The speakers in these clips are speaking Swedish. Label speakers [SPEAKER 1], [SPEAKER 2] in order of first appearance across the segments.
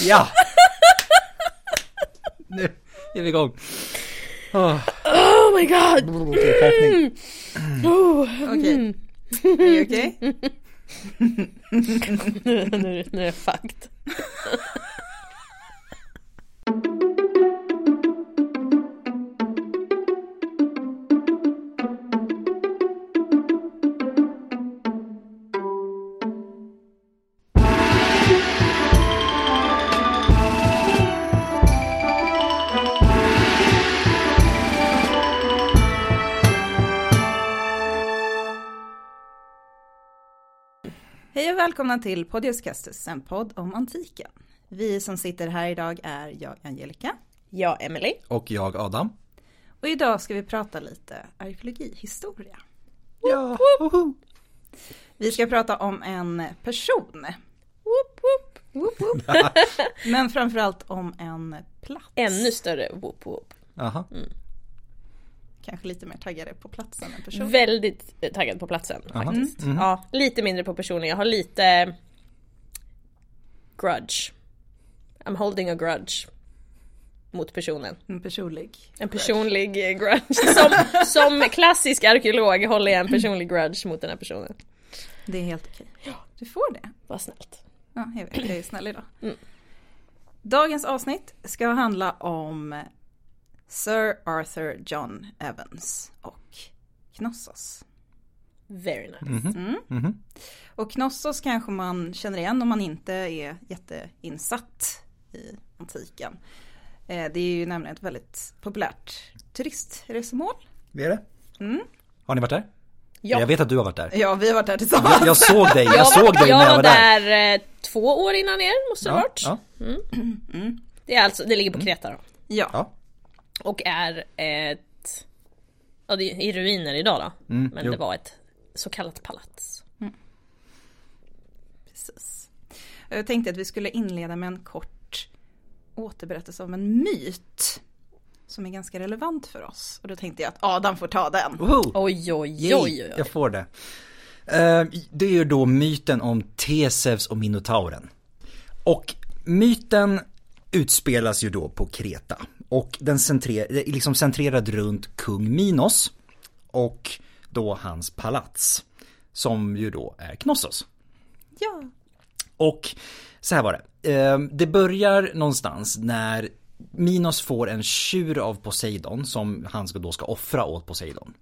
[SPEAKER 1] Ja! Nu är vi igång. Åh,
[SPEAKER 2] Oh my god!
[SPEAKER 3] Okej, skärpning.
[SPEAKER 2] Oh.
[SPEAKER 4] Okej. Är det okej?
[SPEAKER 2] nu, nu är jag fucked.
[SPEAKER 4] Hej och välkomna till Podius Castus, en podd om antiken. Vi som sitter här idag är jag, Angelica.
[SPEAKER 2] Ja, Emily.
[SPEAKER 1] Och jag Adam.
[SPEAKER 4] Och idag ska vi prata lite arkeologihistoria.
[SPEAKER 1] Ja!
[SPEAKER 4] Vi ska prata om en person,
[SPEAKER 2] Woop, woop, woop, woop.
[SPEAKER 4] men framförallt om en plats.
[SPEAKER 2] Ännu större woop, woop.
[SPEAKER 1] Aha.
[SPEAKER 4] Kanske lite mer taggade på platsen än personen.
[SPEAKER 2] Väldigt eh, taggad på platsen faktiskt. Ja, lite mindre på personen. Jag har lite grudge. I'm holding a grudge. Mot personen.
[SPEAKER 4] En Mm, personlig.
[SPEAKER 2] En personlig eh, grudge. Som, som klassisk arkeolog håller jag en personlig grudge mot den här personen.
[SPEAKER 4] Det är helt okej. Du får det. Mm.
[SPEAKER 2] Vad snällt.
[SPEAKER 4] Ja, jag vet, jag är snäll idag. Dagens avsnitt ska handla om Sir Arthur John Evans och Knossos.
[SPEAKER 2] Very nice.
[SPEAKER 4] Och Knossos kanske man känner igen om man inte är jätteinsatt i antiken. Eh, Det är ju nämligen ett väldigt populärt turistresmål.
[SPEAKER 1] Det är det. Har ni varit där?
[SPEAKER 2] Mm. Ja.
[SPEAKER 1] Jag vet att du har varit där.
[SPEAKER 4] Ja, vi har varit där tillsammans.
[SPEAKER 1] Jag, jag såg dig, jag såg dig när jag var där.
[SPEAKER 2] eh, två år innan er, måste det ha
[SPEAKER 1] Ja, Mm.
[SPEAKER 2] varit.
[SPEAKER 1] ja,
[SPEAKER 2] Det, är alltså, det ligger på Kreta då.
[SPEAKER 4] Ja,
[SPEAKER 1] ja.
[SPEAKER 2] Och är ett... Ja, det är i ruiner idag då. Men
[SPEAKER 1] Mm, jo.
[SPEAKER 2] det var ett så kallat palats.
[SPEAKER 4] precis. Jag tänkte att vi skulle inleda med en kort återberättelse om en myt. Som är ganska relevant för oss. Och då tänkte jag att Adam får ta den.
[SPEAKER 1] Woho!
[SPEAKER 2] Oj, oj,
[SPEAKER 1] Yay,
[SPEAKER 2] oj, oj.
[SPEAKER 1] Jag får det. Eh, Det är ju då myten om Teseus och Minotauren. Och myten utspelas ju då på Kreta. Och den centre- eh, liksom centrerad runt kung Minos och då hans palats. Som ju då är Knossos.
[SPEAKER 4] Ja.
[SPEAKER 1] Och så här var det. Eh, Det börjar någonstans när Minos får en tjur av Poseidon som han ska då ska offra åt Poseidon.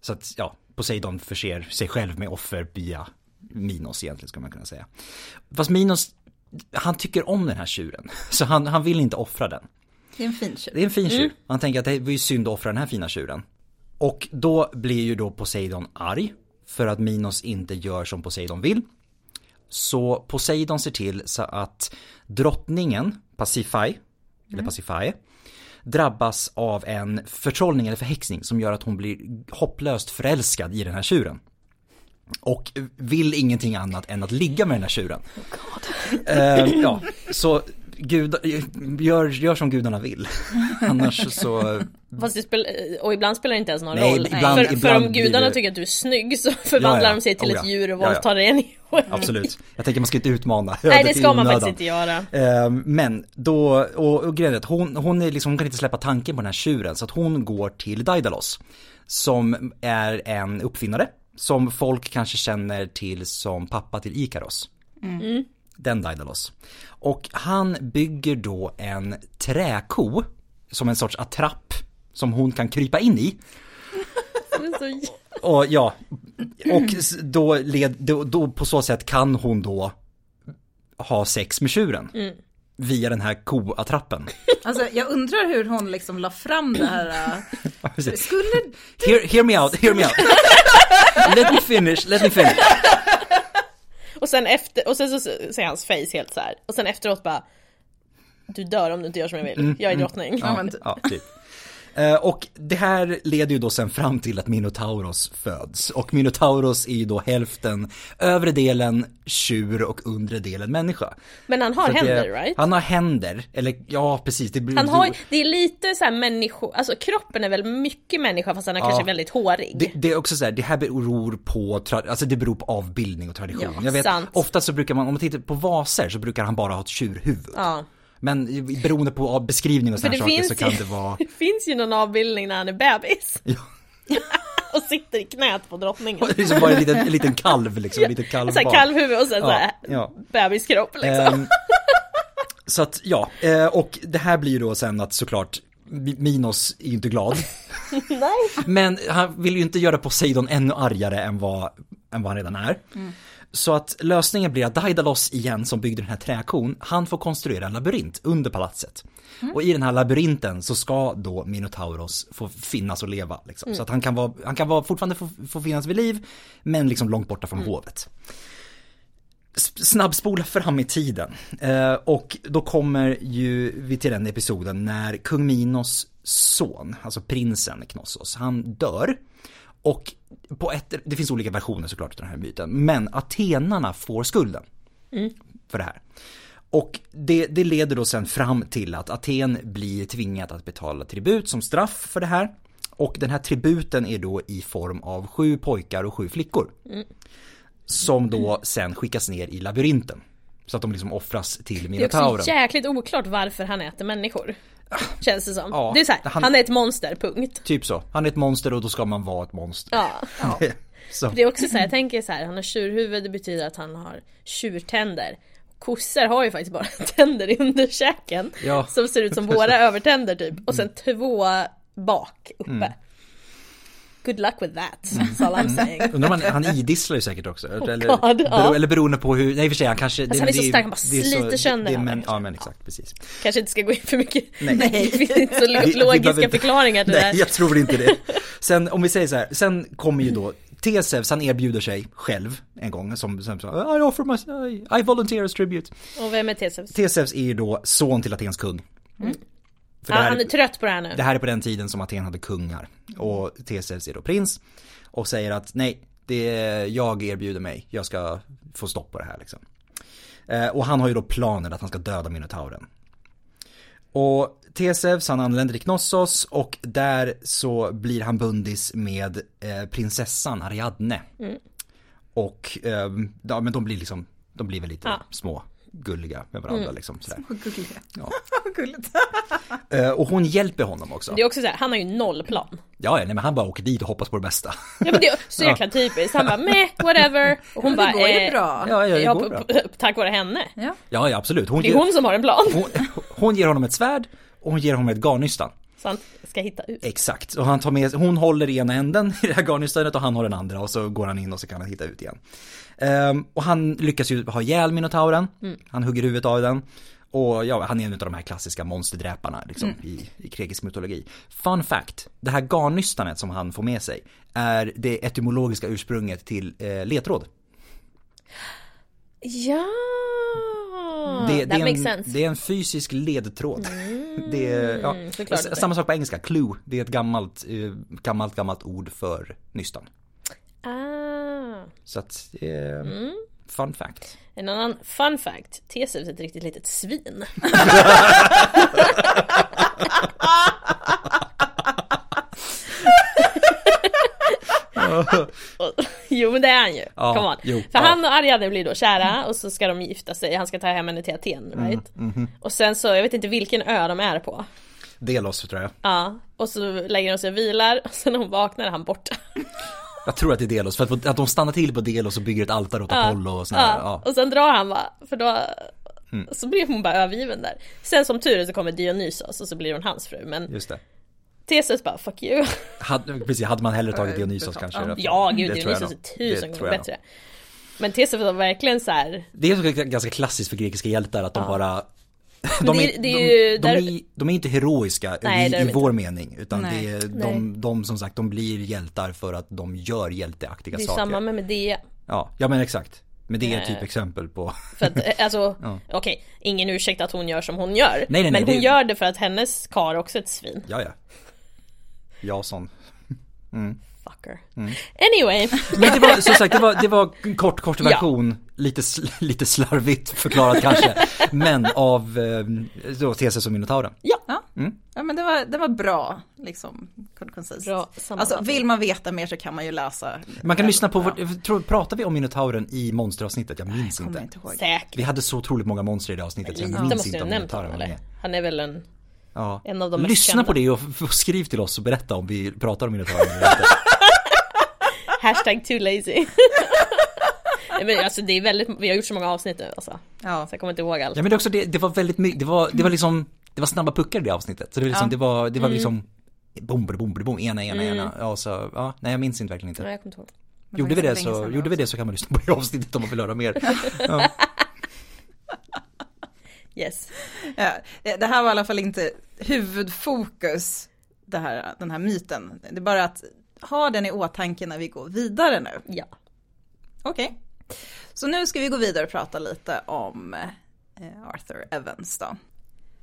[SPEAKER 1] Så att ja, Poseidon förser sig själv med offer via Minos egentligen ska man kunna säga. Fast Minos, han tycker om den här tjuren. Så han, han vill inte offra den.
[SPEAKER 4] Det är en fin tjur.
[SPEAKER 1] Det är en fin tjur. Han tänker att det var ju synd att offra den här fina tjuren. Och då blir ju då Poseidon arg för att Minos inte gör som Poseidon vill. Så Poseidon ser till så att drottningen Pasiphae, eller Pasiphae, drabbas av en förtrollning eller förhäxning som gör att hon blir hopplöst förälskad i den här tjuren. Och vill ingenting annat än att ligga med den här tjuren. Eh, ja, så gud, gör, gör som gudarna vill. Annars så,
[SPEAKER 2] Fast det spel, eh, och ibland spelar det inte ens någon
[SPEAKER 1] Nej,
[SPEAKER 2] roll.
[SPEAKER 1] ibland-
[SPEAKER 2] för, för
[SPEAKER 1] ibland
[SPEAKER 2] om gudarna
[SPEAKER 1] blir det-
[SPEAKER 2] tycker att du är snygg så förvandlar
[SPEAKER 1] Ja, ja.
[SPEAKER 2] de sig till
[SPEAKER 1] Oh,
[SPEAKER 2] ett
[SPEAKER 1] ja.
[SPEAKER 2] djur och
[SPEAKER 1] Ja, ja.
[SPEAKER 2] våldtar dig ändå.
[SPEAKER 1] absolut. Jag tänker man ska inte utmana
[SPEAKER 2] Nej, det
[SPEAKER 1] ödet i
[SPEAKER 2] ska man
[SPEAKER 1] onödan.
[SPEAKER 2] faktiskt inte göra.
[SPEAKER 1] Eh, Men då, och, och grejen är att hon, hon, är liksom, hon kan inte släppa tanken på den här tjuren så att hon går till Daidalos. Som är en uppfinnare som folk kanske känner till som pappa till Ikaros.
[SPEAKER 2] Mm.
[SPEAKER 1] Den Daidalos. Och han bygger då en träko som en sorts attrapp som hon kan krypa in i.
[SPEAKER 2] Det är så-
[SPEAKER 1] Och ja, och s- då, led, då, då på så sätt kan hon då ha sex med tjuren.
[SPEAKER 2] Mm.
[SPEAKER 1] Via den här koattrappen.
[SPEAKER 4] Alltså jag undrar hur hon liksom la fram det här. äh, Skulle...
[SPEAKER 1] hear, hear me out, hear me out. Let me finish, let me finish.
[SPEAKER 2] Och sen efter, och sen så ser hans face helt så här. Och
[SPEAKER 1] Mm,
[SPEAKER 2] sen efteråt bara Du dör om du inte gör som jag vill, jag är drottning.
[SPEAKER 4] Ja, men-
[SPEAKER 1] Ja, typ. Eh, Och det här leder ju då sen fram till att Minotauros föds. Och Minotauros är ju då hälften övre delen tjur och undre delen människa.
[SPEAKER 2] Men han har
[SPEAKER 1] Så att det-
[SPEAKER 2] händer right?
[SPEAKER 1] Han har händer, eller ja precis. Det blir,
[SPEAKER 2] Han har, det är lite så här människo, alltså kroppen är väl mycket människa fast han är kanske väldigt hårig.
[SPEAKER 1] Det, det är också så här, det här beror på, tra- alltså det beror på avbildning och tradition.
[SPEAKER 2] Ja,
[SPEAKER 1] jag vet,
[SPEAKER 2] sant.
[SPEAKER 1] ofta så brukar man, om man tittar på vaser så brukar han bara ha ett tjurhuvud.
[SPEAKER 2] Ja.
[SPEAKER 1] Men i- beroende på av- beskrivning och
[SPEAKER 2] För
[SPEAKER 1] sådana
[SPEAKER 2] det
[SPEAKER 1] saker
[SPEAKER 2] finns,
[SPEAKER 1] så kan
[SPEAKER 2] ju,
[SPEAKER 1] det vara,
[SPEAKER 2] det finns ju någon avbildning när han är bebis.
[SPEAKER 1] Ja.
[SPEAKER 2] och sitter i knät på drottningen.
[SPEAKER 1] liksom bara en liten, en liten kalv liksom, en liten
[SPEAKER 2] Så här
[SPEAKER 1] kalvbarn.
[SPEAKER 2] kalvhuvud och sen så här
[SPEAKER 1] ja.
[SPEAKER 2] bebiskropp liksom.
[SPEAKER 1] Ehm, så att ja, eh, och det här blir ju då sen att såklart Mi- Minos är ju inte glad.
[SPEAKER 2] Nej.
[SPEAKER 1] Men han vill ju inte göra Poseidon ännu argare än vad, än vad han redan är. Så att lösningen blir att Daidalos igen som byggde den här träkon, han får konstruera en labyrint under palatset. Och i den här labyrinten så ska då Minotauros få finnas och leva. Liksom. Så att han kan, vara, han kan vara, fortfarande få, få finnas vid liv, men liksom långt borta från hovet. S- Snabbspola fram i tiden. Eh, och då kommer ju vi till den episoden när kung Minos son, alltså prinsen Knossos, han dör. Och på ett, det finns olika versioner såklart av den här myten, men atenarna får skulden för det här. Och det, det leder då sen fram till att Aten blir tvingat att betala tribut som straff för det här. Och den här tributen är då i form av sju pojkar och sju flickor. Som då sen skickas ner i labyrinten. Så att de liksom offras till
[SPEAKER 2] Det är
[SPEAKER 1] Minotauren.
[SPEAKER 2] också jäkligt oklart varför han äter människor. Känns det som.
[SPEAKER 1] Ah. Ja,
[SPEAKER 2] det är så här,
[SPEAKER 1] han-
[SPEAKER 2] han... är ett monster, punkt.
[SPEAKER 1] Typ så. Han är ett monster och då ska man vara ett monster.
[SPEAKER 2] Ja.
[SPEAKER 1] Så.
[SPEAKER 2] Det är också så här, jag tänker så här, han har tjurhuvud, det betyder att han har tjurtänder. Kossor har ju faktiskt bara tänder i underkäken.
[SPEAKER 1] Ja. Mm.
[SPEAKER 2] Som ser ut som våra övertänder typ. Och sen två bak uppe. Good luck with that,
[SPEAKER 1] Mm.
[SPEAKER 2] is all I'm saying.
[SPEAKER 1] Undrar om han, han idisslar ju säkert också. eller,
[SPEAKER 2] Oh, God, ja. Alltså,
[SPEAKER 1] bero, eller beroende på hur, nej i och för sig han kanske... det-
[SPEAKER 2] han är så
[SPEAKER 1] det
[SPEAKER 2] stark, han bara
[SPEAKER 1] det är så-
[SPEAKER 2] sliter sönder
[SPEAKER 1] det är
[SPEAKER 2] henne.
[SPEAKER 1] men- Ja men exakt, precis.
[SPEAKER 2] Kanske inte ska gå in för mycket.
[SPEAKER 1] Nej.
[SPEAKER 2] Det finns inte så
[SPEAKER 1] Vi- vi
[SPEAKER 2] logiska
[SPEAKER 1] behöver inte-
[SPEAKER 2] förklaringar till
[SPEAKER 1] Nej,
[SPEAKER 2] det där.
[SPEAKER 1] jag tror inte det. Sen om vi säger så här, sen kommer ju då Teseus, han erbjuder sig själv en gång som, som sa I offer my, I volunteer as tribute.
[SPEAKER 2] Och vem är Teseus?
[SPEAKER 1] Teseus är ju då son till Atens kung. För
[SPEAKER 2] Mm. Ja,
[SPEAKER 1] det här-
[SPEAKER 2] han är trött på det här nu.
[SPEAKER 1] det här är på den tiden som Aten hade kungar. Och Teseus är då prins. Och säger att nej, det är, jag erbjuder mig. Jag ska få stopp på det här liksom. Eh, och han har ju då planen att han ska döda Minotauren. Och Teseus han anländer till Knossos och där så blir han bundis med eh, prinsessan Ariadne. Och eh, ja, men de blir liksom, de blir väl lite
[SPEAKER 2] Ja.
[SPEAKER 1] små gulliga med varandra liksom sådär.
[SPEAKER 4] Vad gulligt.
[SPEAKER 1] Ja.
[SPEAKER 4] Vad gulligt.
[SPEAKER 1] Eh, och hon hjälper honom också.
[SPEAKER 2] Det är också så här, han har ju noll plan.
[SPEAKER 1] Ja, ja, nej, men han bara åker dit och hoppas på det bästa.
[SPEAKER 2] Ja men det är så jäkla typiskt. Han bara meh, whatever. Och hon
[SPEAKER 4] Men det
[SPEAKER 2] bara
[SPEAKER 4] går ju
[SPEAKER 2] eh,
[SPEAKER 4] bra.
[SPEAKER 1] Ja, ja, det
[SPEAKER 2] ja,
[SPEAKER 1] går
[SPEAKER 2] p-
[SPEAKER 1] bra.
[SPEAKER 2] p- tack vare henne.
[SPEAKER 4] Ja.
[SPEAKER 1] Ja, ja absolut. Hon
[SPEAKER 2] Det är
[SPEAKER 1] ger,
[SPEAKER 2] hon som har en plan.
[SPEAKER 1] hon, hon ger honom ett svärd och hon ger honom ett garnnystan.
[SPEAKER 2] Så han ska hitta ut.
[SPEAKER 1] Exakt. Och han tar med, hon håller i ena änden i det här garnnystanet och han har den andra och så går han in och så kan han hitta ut igen. Ehm, och han lyckas ju ha ihjäl Minotauren. Han hugger huvudet av den. Och ja, han är en av de här klassiska monsterdräparna liksom, i, i grekisk mytologi. Fun fact, det här garnnystanet som han får med sig är det etymologiska ursprunget till eh, letråd.
[SPEAKER 2] Ja!
[SPEAKER 1] Det, det, är
[SPEAKER 2] Ah, That makes
[SPEAKER 1] en,
[SPEAKER 2] sense. Mm.
[SPEAKER 1] det är en fysisk ledtråd. det är, ja.
[SPEAKER 2] såklart.
[SPEAKER 1] S- Samma sak på engelska, clue. Det är ett gammalt, eh, gammalt, gammalt ord för nystan.
[SPEAKER 2] Ah.
[SPEAKER 1] Så att, eh,
[SPEAKER 2] Mm.
[SPEAKER 1] fun fact.
[SPEAKER 2] En annan fun fact. Teseus är ett riktigt litet svin. jo men det är han ju.
[SPEAKER 1] Ja,
[SPEAKER 2] Come on.
[SPEAKER 1] jo,
[SPEAKER 2] För
[SPEAKER 1] ja.
[SPEAKER 2] han och Ariadne blir då kära och så ska de gifta sig. Han ska ta hem henne till Aten. Right? Och sen så, jag vet inte vilken ö de är på.
[SPEAKER 1] Delos tror jag.
[SPEAKER 2] Ja. Och så lägger de sig och vilar och sen när hon vaknar är han borta.
[SPEAKER 1] Jag tror att det är Delos, för att, att de stannar till på Delos och bygger ett altare åt Apollo och sådär. Ja. Mm.
[SPEAKER 2] Och sen drar han va, för då Så blir hon bara övergiven där. Sen som tur är så kommer Dionysos och så blir hon hans fru. Men
[SPEAKER 1] Just det.
[SPEAKER 2] Theseus bara fuck you.
[SPEAKER 1] Hade, precis, hade man hellre tagit
[SPEAKER 4] Ja,
[SPEAKER 1] Dionysos
[SPEAKER 4] ja.
[SPEAKER 1] kanske? i alla fall.
[SPEAKER 2] Ja gud
[SPEAKER 1] Det tror jag
[SPEAKER 2] Dionysos är
[SPEAKER 1] nog. Det
[SPEAKER 2] tusen
[SPEAKER 1] tror
[SPEAKER 2] gånger
[SPEAKER 1] jag
[SPEAKER 2] bättre.
[SPEAKER 1] nog.
[SPEAKER 2] Men Theseus var verkligen så här.
[SPEAKER 1] Det är så ganska klassiskt för grekiska hjältar att de bara de
[SPEAKER 2] det
[SPEAKER 1] är,
[SPEAKER 2] är- det är ju
[SPEAKER 1] de, de,
[SPEAKER 2] där-
[SPEAKER 1] är, de är inte heroiska
[SPEAKER 2] Nej, det är
[SPEAKER 1] i,
[SPEAKER 2] de
[SPEAKER 1] i vår mening utan
[SPEAKER 4] Nej.
[SPEAKER 1] det är,
[SPEAKER 2] Nej.
[SPEAKER 1] de, de som sagt de blir hjältar för att de gör hjälteaktiga
[SPEAKER 2] Det är
[SPEAKER 1] saker.
[SPEAKER 2] samma med Medea.
[SPEAKER 1] Ja, ja men exakt. Men det är typ exempel på
[SPEAKER 2] För att eh, alltså okej, ingen ursäkt att hon gör som hon gör.
[SPEAKER 1] nej, nej,
[SPEAKER 2] men hon
[SPEAKER 1] det-
[SPEAKER 2] gör det för att hennes kar också är ett svin.
[SPEAKER 1] Ja, ja. Jason.
[SPEAKER 2] Fucker.
[SPEAKER 1] Mm.
[SPEAKER 2] Anyway.
[SPEAKER 1] Men det var som sagt, det var, det var en kort, kort version. Lite, sl- lite slarvigt förklarat kanske. Men av eh, då Theseus och Minotauren.
[SPEAKER 4] Ja,
[SPEAKER 1] Mm.
[SPEAKER 4] ja men det var, det var bra, liksom kort och koncist.
[SPEAKER 2] Bra
[SPEAKER 4] alltså
[SPEAKER 2] sammanfattning.
[SPEAKER 4] vill man veta mer så kan man ju läsa.
[SPEAKER 1] Man kan lyssna på vårt, jag tror, pratar vi om Minotauren i monsteravsnittet? Jag minns
[SPEAKER 4] Kommer jag
[SPEAKER 1] inte.
[SPEAKER 4] inte ihåg.
[SPEAKER 1] Vi
[SPEAKER 2] Säkert.
[SPEAKER 1] hade så otroligt många monster i det avsnittet. så Jag
[SPEAKER 2] Lite
[SPEAKER 1] minns
[SPEAKER 2] måste
[SPEAKER 1] inte
[SPEAKER 2] du
[SPEAKER 1] om
[SPEAKER 2] nämnt
[SPEAKER 1] Minotauren
[SPEAKER 2] honom
[SPEAKER 1] var med.
[SPEAKER 2] eller? Han är väl en...
[SPEAKER 1] Ja.
[SPEAKER 2] En av de mest
[SPEAKER 1] Lyssna
[SPEAKER 2] kända.
[SPEAKER 1] på det och, och skriv till oss och berätta om vi pratar om Minotauren eller inte.
[SPEAKER 2] Hashtag too lazy. Nej, men alltså det är väldigt, vi har gjort så många avsnitt nu alltså.
[SPEAKER 4] Ja.
[SPEAKER 2] Så jag kommer inte ihåg allt.
[SPEAKER 1] Ja men det är också det, det var väldigt mycket, det var, det var liksom, det var snabba puckar i det avsnittet. Så det var liksom, det var,
[SPEAKER 2] Mm.
[SPEAKER 1] det var liksom bom, bom, bom, ena, ena, ena. Ja, så, ja, nej jag minns inte verkligen inte.
[SPEAKER 2] Nej, jag kommer inte alltså. ihåg.
[SPEAKER 4] Men
[SPEAKER 1] Gjorde vi det
[SPEAKER 4] var ganska länge
[SPEAKER 1] så,
[SPEAKER 4] sedan
[SPEAKER 1] gjorde vi det så kan man lyssna på det avsnittet om man vill höra mer. Ja.
[SPEAKER 2] Yes.
[SPEAKER 4] Ja, det det här var i alla fall inte huvudfokus, det här, den här myten. Det är bara att ha den i åtanke när vi går vidare nu.
[SPEAKER 2] Ja.
[SPEAKER 4] Okej. Så nu ska vi gå vidare och prata lite om eh, Arthur Evans då.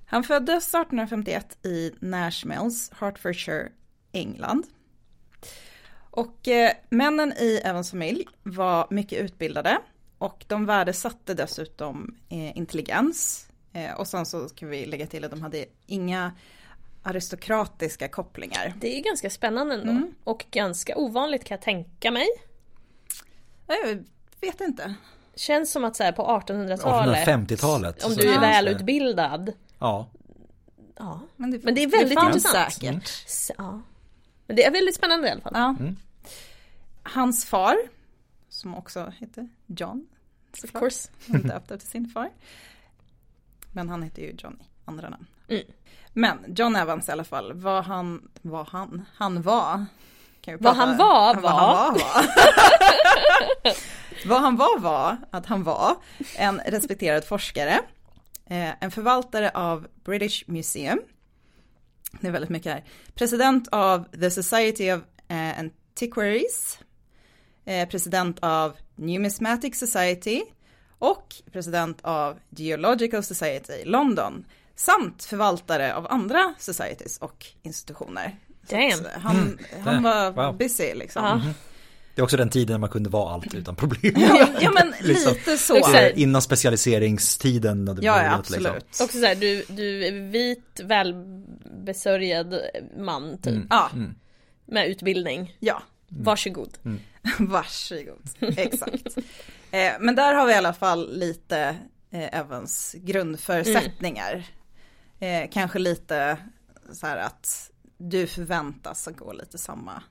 [SPEAKER 4] Han föddes 1851 i Nashmills, Hertfordshire, England. Och eh, männen i Evans familj var mycket utbildade och de värdesatte dessutom eh, intelligens. Eh, och sen så kan vi lägga till att de hade inga aristokratiska kopplingar.
[SPEAKER 2] Det är ganska spännande ändå. Och ganska ovanligt kan jag tänka mig.
[SPEAKER 4] Jag vet inte.
[SPEAKER 2] Känns som att så här på 1800-talet.
[SPEAKER 1] 1850-talet.
[SPEAKER 2] Om
[SPEAKER 1] så
[SPEAKER 2] du är
[SPEAKER 1] känns det-
[SPEAKER 2] välutbildad.
[SPEAKER 1] Ja. Mm.
[SPEAKER 2] Ja.
[SPEAKER 4] Men det,
[SPEAKER 2] Men det är väldigt
[SPEAKER 4] fanns
[SPEAKER 2] intressant.
[SPEAKER 4] säkert.
[SPEAKER 2] Så, ja. Men det är väldigt spännande i alla fall.
[SPEAKER 4] Ja. Hans far, som också hette John,
[SPEAKER 2] of course.
[SPEAKER 4] han döpte efter sin far. Men han hette ju John i andra namn.
[SPEAKER 2] Mm.
[SPEAKER 4] Men John Evans i alla fall, vad han, vad han, han var. Kan vi
[SPEAKER 2] Vad
[SPEAKER 4] prata-
[SPEAKER 2] han var,
[SPEAKER 4] vad han var. var. vad han var var att han var en respekterad forskare, eh, en förvaltare av British Museum, det är väldigt mycket här. President av The Society of eh, Antiquaries. Eh, president av Numismatic Society. Och president av Geological Society London. Samt förvaltare av andra societies och institutioner. Så
[SPEAKER 2] Damn.
[SPEAKER 4] att, eh, Han, han var
[SPEAKER 1] Mm. Wow.
[SPEAKER 4] busy liksom.
[SPEAKER 2] Ja.
[SPEAKER 1] Det är också den tiden när man kunde vara allt utan problem.
[SPEAKER 4] Ja, ja men
[SPEAKER 1] Liksom.
[SPEAKER 4] lite så.
[SPEAKER 2] Exakt.
[SPEAKER 1] Det är Innan specialiseringstiden. hade
[SPEAKER 4] Ja, ja
[SPEAKER 1] börjat,
[SPEAKER 4] absolut.
[SPEAKER 1] liksom.
[SPEAKER 2] Också så här, du, du är vit, välbesörjad man typ.
[SPEAKER 4] Ja,
[SPEAKER 1] Mm.
[SPEAKER 2] Med utbildning.
[SPEAKER 4] ja.
[SPEAKER 2] Mm. Varsågod.
[SPEAKER 4] Varsågod, exakt. Eh, men där har vi i alla fall lite eh, Evans grundförutsättningar. Eh, kanske lite så här att du förväntas att gå lite samma.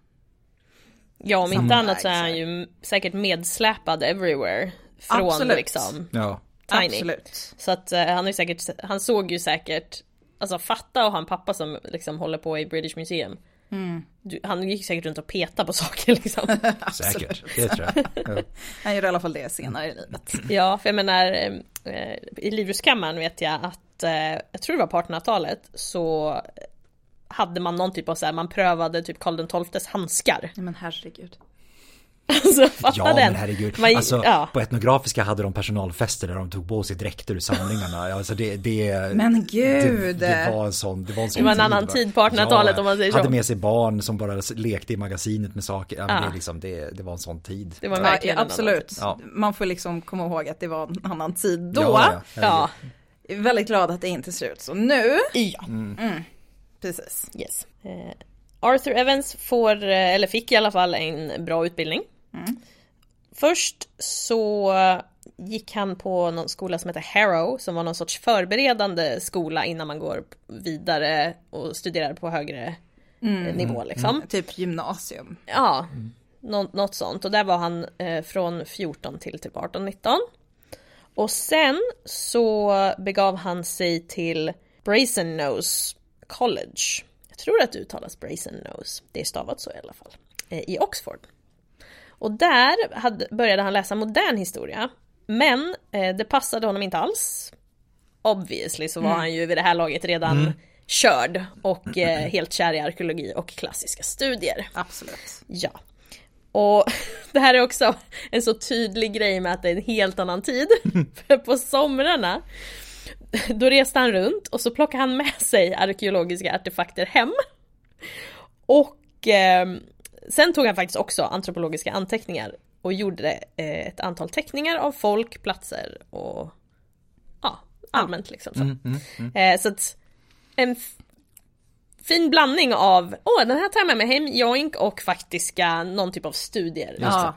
[SPEAKER 2] Ja om
[SPEAKER 4] Samma
[SPEAKER 2] inte annat
[SPEAKER 4] väg,
[SPEAKER 2] så är
[SPEAKER 4] så.
[SPEAKER 2] han ju säkert medsläpad everywhere. Från
[SPEAKER 4] Absolut.
[SPEAKER 2] liksom
[SPEAKER 1] Ja.
[SPEAKER 2] Tiny.
[SPEAKER 4] Absolut.
[SPEAKER 2] Så att eh, han har ju säkert, han såg ju säkert Alltså fatta att ha en pappa som liksom håller på i British Museum.
[SPEAKER 4] Mm.
[SPEAKER 2] Du, han gick säkert runt och petade på saker liksom.
[SPEAKER 1] Säkert, det tror jag. Ja.
[SPEAKER 4] Han gjorde i alla fall det senare i livet.
[SPEAKER 2] Ja, för jag menar eh, eh, i Livrustkammaren vet jag att eh, jag tror det var på 1800-talet så hade man någon typ av så här, man prövade typ Karl XIIs handskar.
[SPEAKER 4] Nej, men herregud.
[SPEAKER 2] Alltså fatta
[SPEAKER 1] Ja
[SPEAKER 2] den.
[SPEAKER 1] men herregud,
[SPEAKER 2] Man-
[SPEAKER 1] alltså,
[SPEAKER 2] ja.
[SPEAKER 1] på etnografiska hade de personalfester där de tog på sig dräkter ur samlingarna. Alltså det, det,
[SPEAKER 4] Eh, Men gud.
[SPEAKER 1] Det, det var en sån, det var en sån
[SPEAKER 2] Det var en annan
[SPEAKER 1] va?
[SPEAKER 2] tid på 1800-talet om man säger så.
[SPEAKER 1] Hade med sig barn som bara lekte i magasinet med saker. Ja, men det, är liksom, det, det var en sån tid.
[SPEAKER 2] Det var
[SPEAKER 4] Ja,
[SPEAKER 2] verkligen en annan
[SPEAKER 4] absolut.
[SPEAKER 1] Ja.
[SPEAKER 4] Man får liksom komma ihåg att det var en annan tid då.
[SPEAKER 1] Ja,
[SPEAKER 2] tid. Ja,
[SPEAKER 4] Jag är Väldigt glad att det inte ser ut så nu.
[SPEAKER 2] ja.
[SPEAKER 4] Precis.
[SPEAKER 2] Yes. Eh, Arthur Evans får, eh, eller fick i alla fall en bra utbildning. Först så gick han på någon skola som heter Harrow som var någon sorts förberedande skola innan man går vidare och studerar på högre eh, nivå liksom.
[SPEAKER 4] Typ gymnasium.
[SPEAKER 2] Ja, nå- något sånt. Och där var han eh, från 14 till typ 18-19. Och sen så begav han sig till Brasenose College. Jag tror att det uttalas Brasenose. Det är stavat så i alla fall. Eh, I Oxford. Och där hade, började han läsa modern historia. Men eh, det passade honom inte alls. Obviously så var han ju vid det här laget redan körd och eh, helt kär i arkeologi och klassiska studier.
[SPEAKER 4] Absolut.
[SPEAKER 2] Ja. Och det här är också en så tydlig grej med att det är en helt annan tid. För på somrarna, då reste han runt och så plockade han med sig arkeologiska artefakter hem. Och eh, sen tog han faktiskt också antropologiska anteckningar och gjorde eh, ett antal teckningar av folk, platser och ja, allmänt liksom. Så,
[SPEAKER 1] Mm, mm, mm.
[SPEAKER 2] eh, så att en f- fin blandning av, åh den här tar jag med mig hem, joink och faktiska någon typ av studier.
[SPEAKER 4] Ja.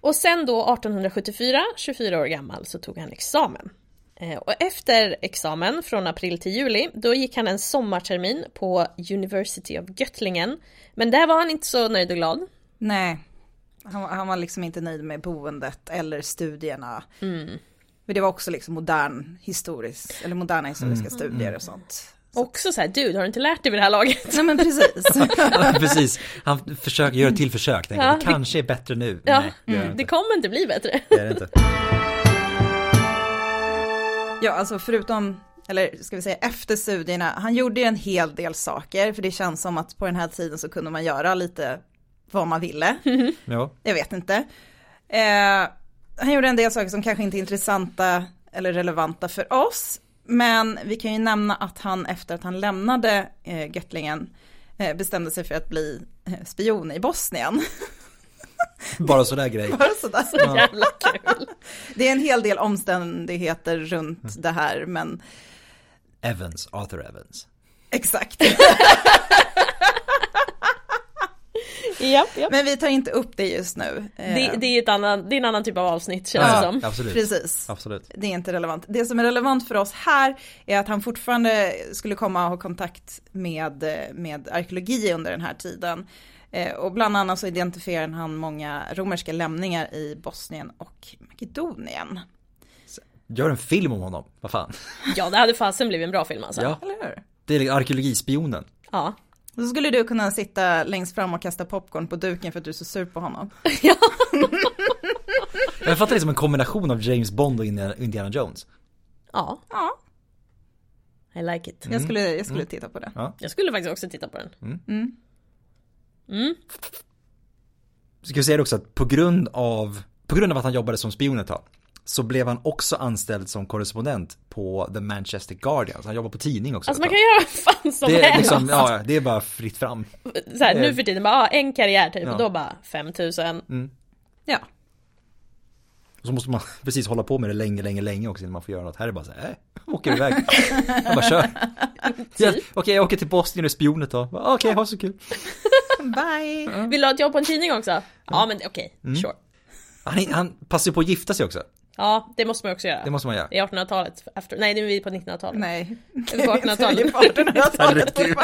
[SPEAKER 2] Och sen då 1874, 24 år gammal, så tog han examen. Eh, Och efter examen från april till juli, då gick han en sommartermin på University of Göttlingen. Men där var han inte så nöjd och glad.
[SPEAKER 4] Nej. Han, han var liksom inte nöjd med boendet eller studierna. Men det var också liksom modern historisk, eller moderna historiska studier och sånt.
[SPEAKER 2] Också så här, du, har du inte lärt dig vid det här laget?
[SPEAKER 4] Nej men precis.
[SPEAKER 1] Precis, han försöker göra ett till försök. Tänker,
[SPEAKER 2] Ja,
[SPEAKER 1] det
[SPEAKER 2] det-
[SPEAKER 1] kanske är bättre nu.
[SPEAKER 2] Ja, mm,
[SPEAKER 1] Nej, det gör det
[SPEAKER 2] Det
[SPEAKER 1] inte.
[SPEAKER 2] kommer inte bli bättre.
[SPEAKER 1] Det gör det inte.
[SPEAKER 4] ja alltså förutom, eller ska vi säga efter studierna, han gjorde ju en hel del saker. För det känns som att på den här tiden så kunde man göra lite vad man ville.
[SPEAKER 1] Ja.
[SPEAKER 4] Jag vet inte. Eh, han gjorde en del saker som kanske inte är intressanta eller relevanta för oss. Men vi kan ju nämna att han efter att han lämnade eh, Göttlingen eh, bestämde sig för att bli eh, spion i Bosnien.
[SPEAKER 1] Bara sådär grej.
[SPEAKER 4] Bara sådär.
[SPEAKER 2] Jävla kul.
[SPEAKER 4] Det är en hel del omständigheter
[SPEAKER 2] Mm.
[SPEAKER 4] runt det här men
[SPEAKER 1] Evans, Arthur Evans.
[SPEAKER 4] exakt.
[SPEAKER 2] Japp, japp.
[SPEAKER 4] Men vi tar inte upp det just nu. Eh,
[SPEAKER 2] Det, det, är ett annan, det är en annan typ av avsnitt känns det
[SPEAKER 4] Ja.
[SPEAKER 2] som.
[SPEAKER 1] absolut.
[SPEAKER 4] Precis.
[SPEAKER 1] Absolut.
[SPEAKER 4] Det är inte relevant. Det som är relevant för oss här är att han fortfarande skulle komma och ha kontakt med, med arkeologi under den här tiden. Eh, Och bland annat så identifierar han många romerska lämningar i Bosnien och Makedonien.
[SPEAKER 1] Gör en film om honom, vad fan.
[SPEAKER 2] Ja, det hade fasen blivit en bra film alltså.
[SPEAKER 1] Ja,
[SPEAKER 4] Eller hur?
[SPEAKER 1] det är arkeologispionen.
[SPEAKER 2] Ja.
[SPEAKER 4] Då skulle du kunna sitta längst fram och kasta popcorn på duken för att du är så sur på honom.
[SPEAKER 2] ja.
[SPEAKER 1] Jag fattar det som en kombination av James Bond och Indiana Indiana Jones.
[SPEAKER 2] Ja,
[SPEAKER 4] Ja,
[SPEAKER 2] I like
[SPEAKER 1] Mm.
[SPEAKER 2] it.
[SPEAKER 4] jag skulle, jag skulle titta på det.
[SPEAKER 2] Jag skulle faktiskt också titta på den.
[SPEAKER 1] Ska vi säga också att på grund av, på grund av att han jobbade som spion ett tag, så blev han också anställd som korrespondent på The Manchester Guardian. Så han jobbar på tidning också.
[SPEAKER 2] Alltså
[SPEAKER 1] ett
[SPEAKER 2] man
[SPEAKER 1] tag.
[SPEAKER 2] kan göra vad fan som
[SPEAKER 1] det, är
[SPEAKER 2] helst.
[SPEAKER 1] liksom, ja, ja, det är bara fritt fram.
[SPEAKER 2] så här, nu för tiden bara, ja, en karriär typ
[SPEAKER 1] Ja. Mm.
[SPEAKER 2] och då bara 5000.
[SPEAKER 4] Ja,
[SPEAKER 1] Och så måste man precis hålla på med det länge, länge, länge också innan man får göra något. Här är det bara så här, äh, åker iväg. Jag bara kör.
[SPEAKER 2] Typ.
[SPEAKER 1] Ja, Okej, jag åker till Bosnien och är spion ett tag. "Ah, Okej, ha så kul.
[SPEAKER 4] bye.
[SPEAKER 2] Vill du ha ett jobb på en tidning
[SPEAKER 1] Mm.
[SPEAKER 2] också? Ja men okej, sure.
[SPEAKER 1] Han, han passar ju på att gifta sig också.
[SPEAKER 2] Ja, det måste man också göra.
[SPEAKER 1] Det måste man göra.
[SPEAKER 2] Det är 1800-talet, after... nej det är vi på 1900-talet.
[SPEAKER 4] Nej.
[SPEAKER 2] Eller på 1800-talet.
[SPEAKER 4] På 1800-talet.
[SPEAKER 1] Herregud.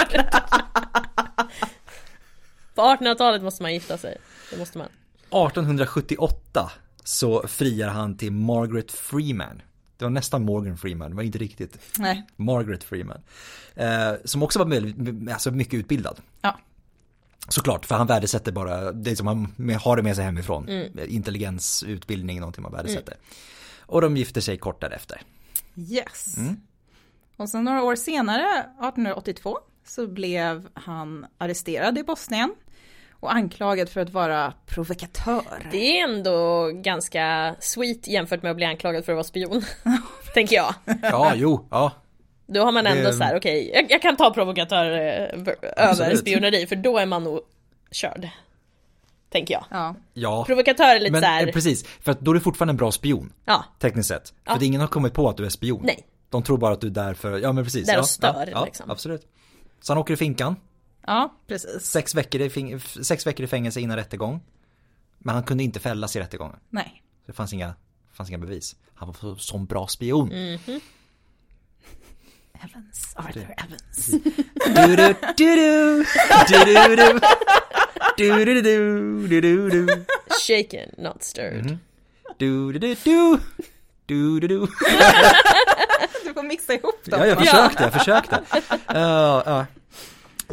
[SPEAKER 2] På 1800-talet måste man gifta sig. Det måste man.
[SPEAKER 1] 1878 så friar han till Margaret Freeman. Det var nästan Morgan Freeman, det var inte riktigt.
[SPEAKER 4] Nej,
[SPEAKER 1] Margaret Freeman. Eh, som också var med, alltså mycket utbildad.
[SPEAKER 4] ja.
[SPEAKER 1] Såklart, för han värdesätter bara det som han har det med sig hemifrån.
[SPEAKER 2] Mm.
[SPEAKER 1] Intelligens, utbildning, någonting man värdesätter. Och de gifter sig kort därefter.
[SPEAKER 4] Yes. Och sen några år senare, 1882, så blev han arresterad i Bosnien och anklagad för att vara provokatör.
[SPEAKER 2] Det är ändå ganska sweet jämfört med att bli anklagad för att vara spion. tänker jag.
[SPEAKER 1] Ja, jo, ja.
[SPEAKER 2] Då har man ändå
[SPEAKER 1] Det-
[SPEAKER 2] så här, okej, jag, jag kan ta provokatör eh, v- över
[SPEAKER 1] Absolut.
[SPEAKER 2] spioneri för då är man nog körd. Tänker jag.
[SPEAKER 4] Ja,
[SPEAKER 1] ja.
[SPEAKER 2] Provokatör är lite
[SPEAKER 1] Men
[SPEAKER 2] så här,
[SPEAKER 1] eh, precis, för att då är du fortfarande en bra spion.
[SPEAKER 2] ja,
[SPEAKER 1] Tekniskt sett. För att ingen har kommit på att du är spion.
[SPEAKER 2] Nej.
[SPEAKER 1] De tror bara att du är där för, ja men precis.
[SPEAKER 2] Där och
[SPEAKER 1] ja,
[SPEAKER 2] stör,
[SPEAKER 1] ja,
[SPEAKER 2] liksom.
[SPEAKER 1] Ja, absolut. Så han åker i finkan,
[SPEAKER 4] ja precis.
[SPEAKER 1] sex veckor, i fing- f- sex veckor i fängelse innan rättegång. Men han kunde inte fällas i rättegången.
[SPEAKER 4] Nej.
[SPEAKER 1] Det fanns inga, fanns inga bevis. Han var så- sån bra spion.
[SPEAKER 4] Evans, Arthur Evans.
[SPEAKER 1] Du-du, du-du, du-du-du. Du-du-du-du, du-du-du.
[SPEAKER 2] shaken not stirred.
[SPEAKER 1] Mm. Du-du-du-du, du-du-du.
[SPEAKER 4] Du får mixa ihop dem.
[SPEAKER 1] Ja, jag försökte, jag försökte. Ja, ja.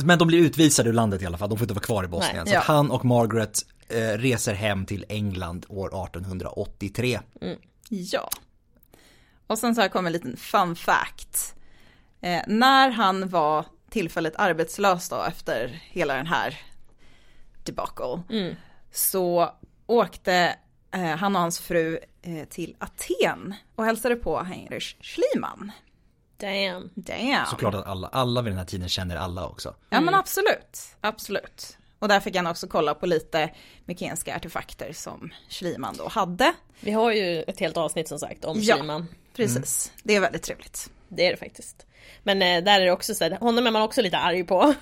[SPEAKER 1] Men de blir utvisade ur landet i alla fall, de får inte vara kvar i Bosnien.
[SPEAKER 2] Nej,
[SPEAKER 1] så att
[SPEAKER 4] ja.
[SPEAKER 1] han och Margaret eh, reser hem till England år 1883.
[SPEAKER 4] Ja. Och sen så här kommer en liten fun fact. Eh, när han var tillfälligt arbetslös då efter hela den här debacle.
[SPEAKER 2] Mm.
[SPEAKER 4] Så åkte eh, han och hans fru eh, till Aten och hälsade på Heinrich Schliemann.
[SPEAKER 2] Damn.
[SPEAKER 4] Damn.
[SPEAKER 1] Såklart att alla, alla vid den här tiden känner alla också.
[SPEAKER 4] Ja men absolut, absolut. Och där fick han också kolla på lite mykenska artefakter som Schliemann då hade.
[SPEAKER 2] Vi har ju ett helt avsnitt som sagt om
[SPEAKER 4] Ja.
[SPEAKER 2] Schliemann.
[SPEAKER 4] Precis,
[SPEAKER 2] Mm.
[SPEAKER 4] det är väldigt trevligt.
[SPEAKER 2] Det är det faktiskt. Men eh, där är det också så här, honom är man också lite arg på.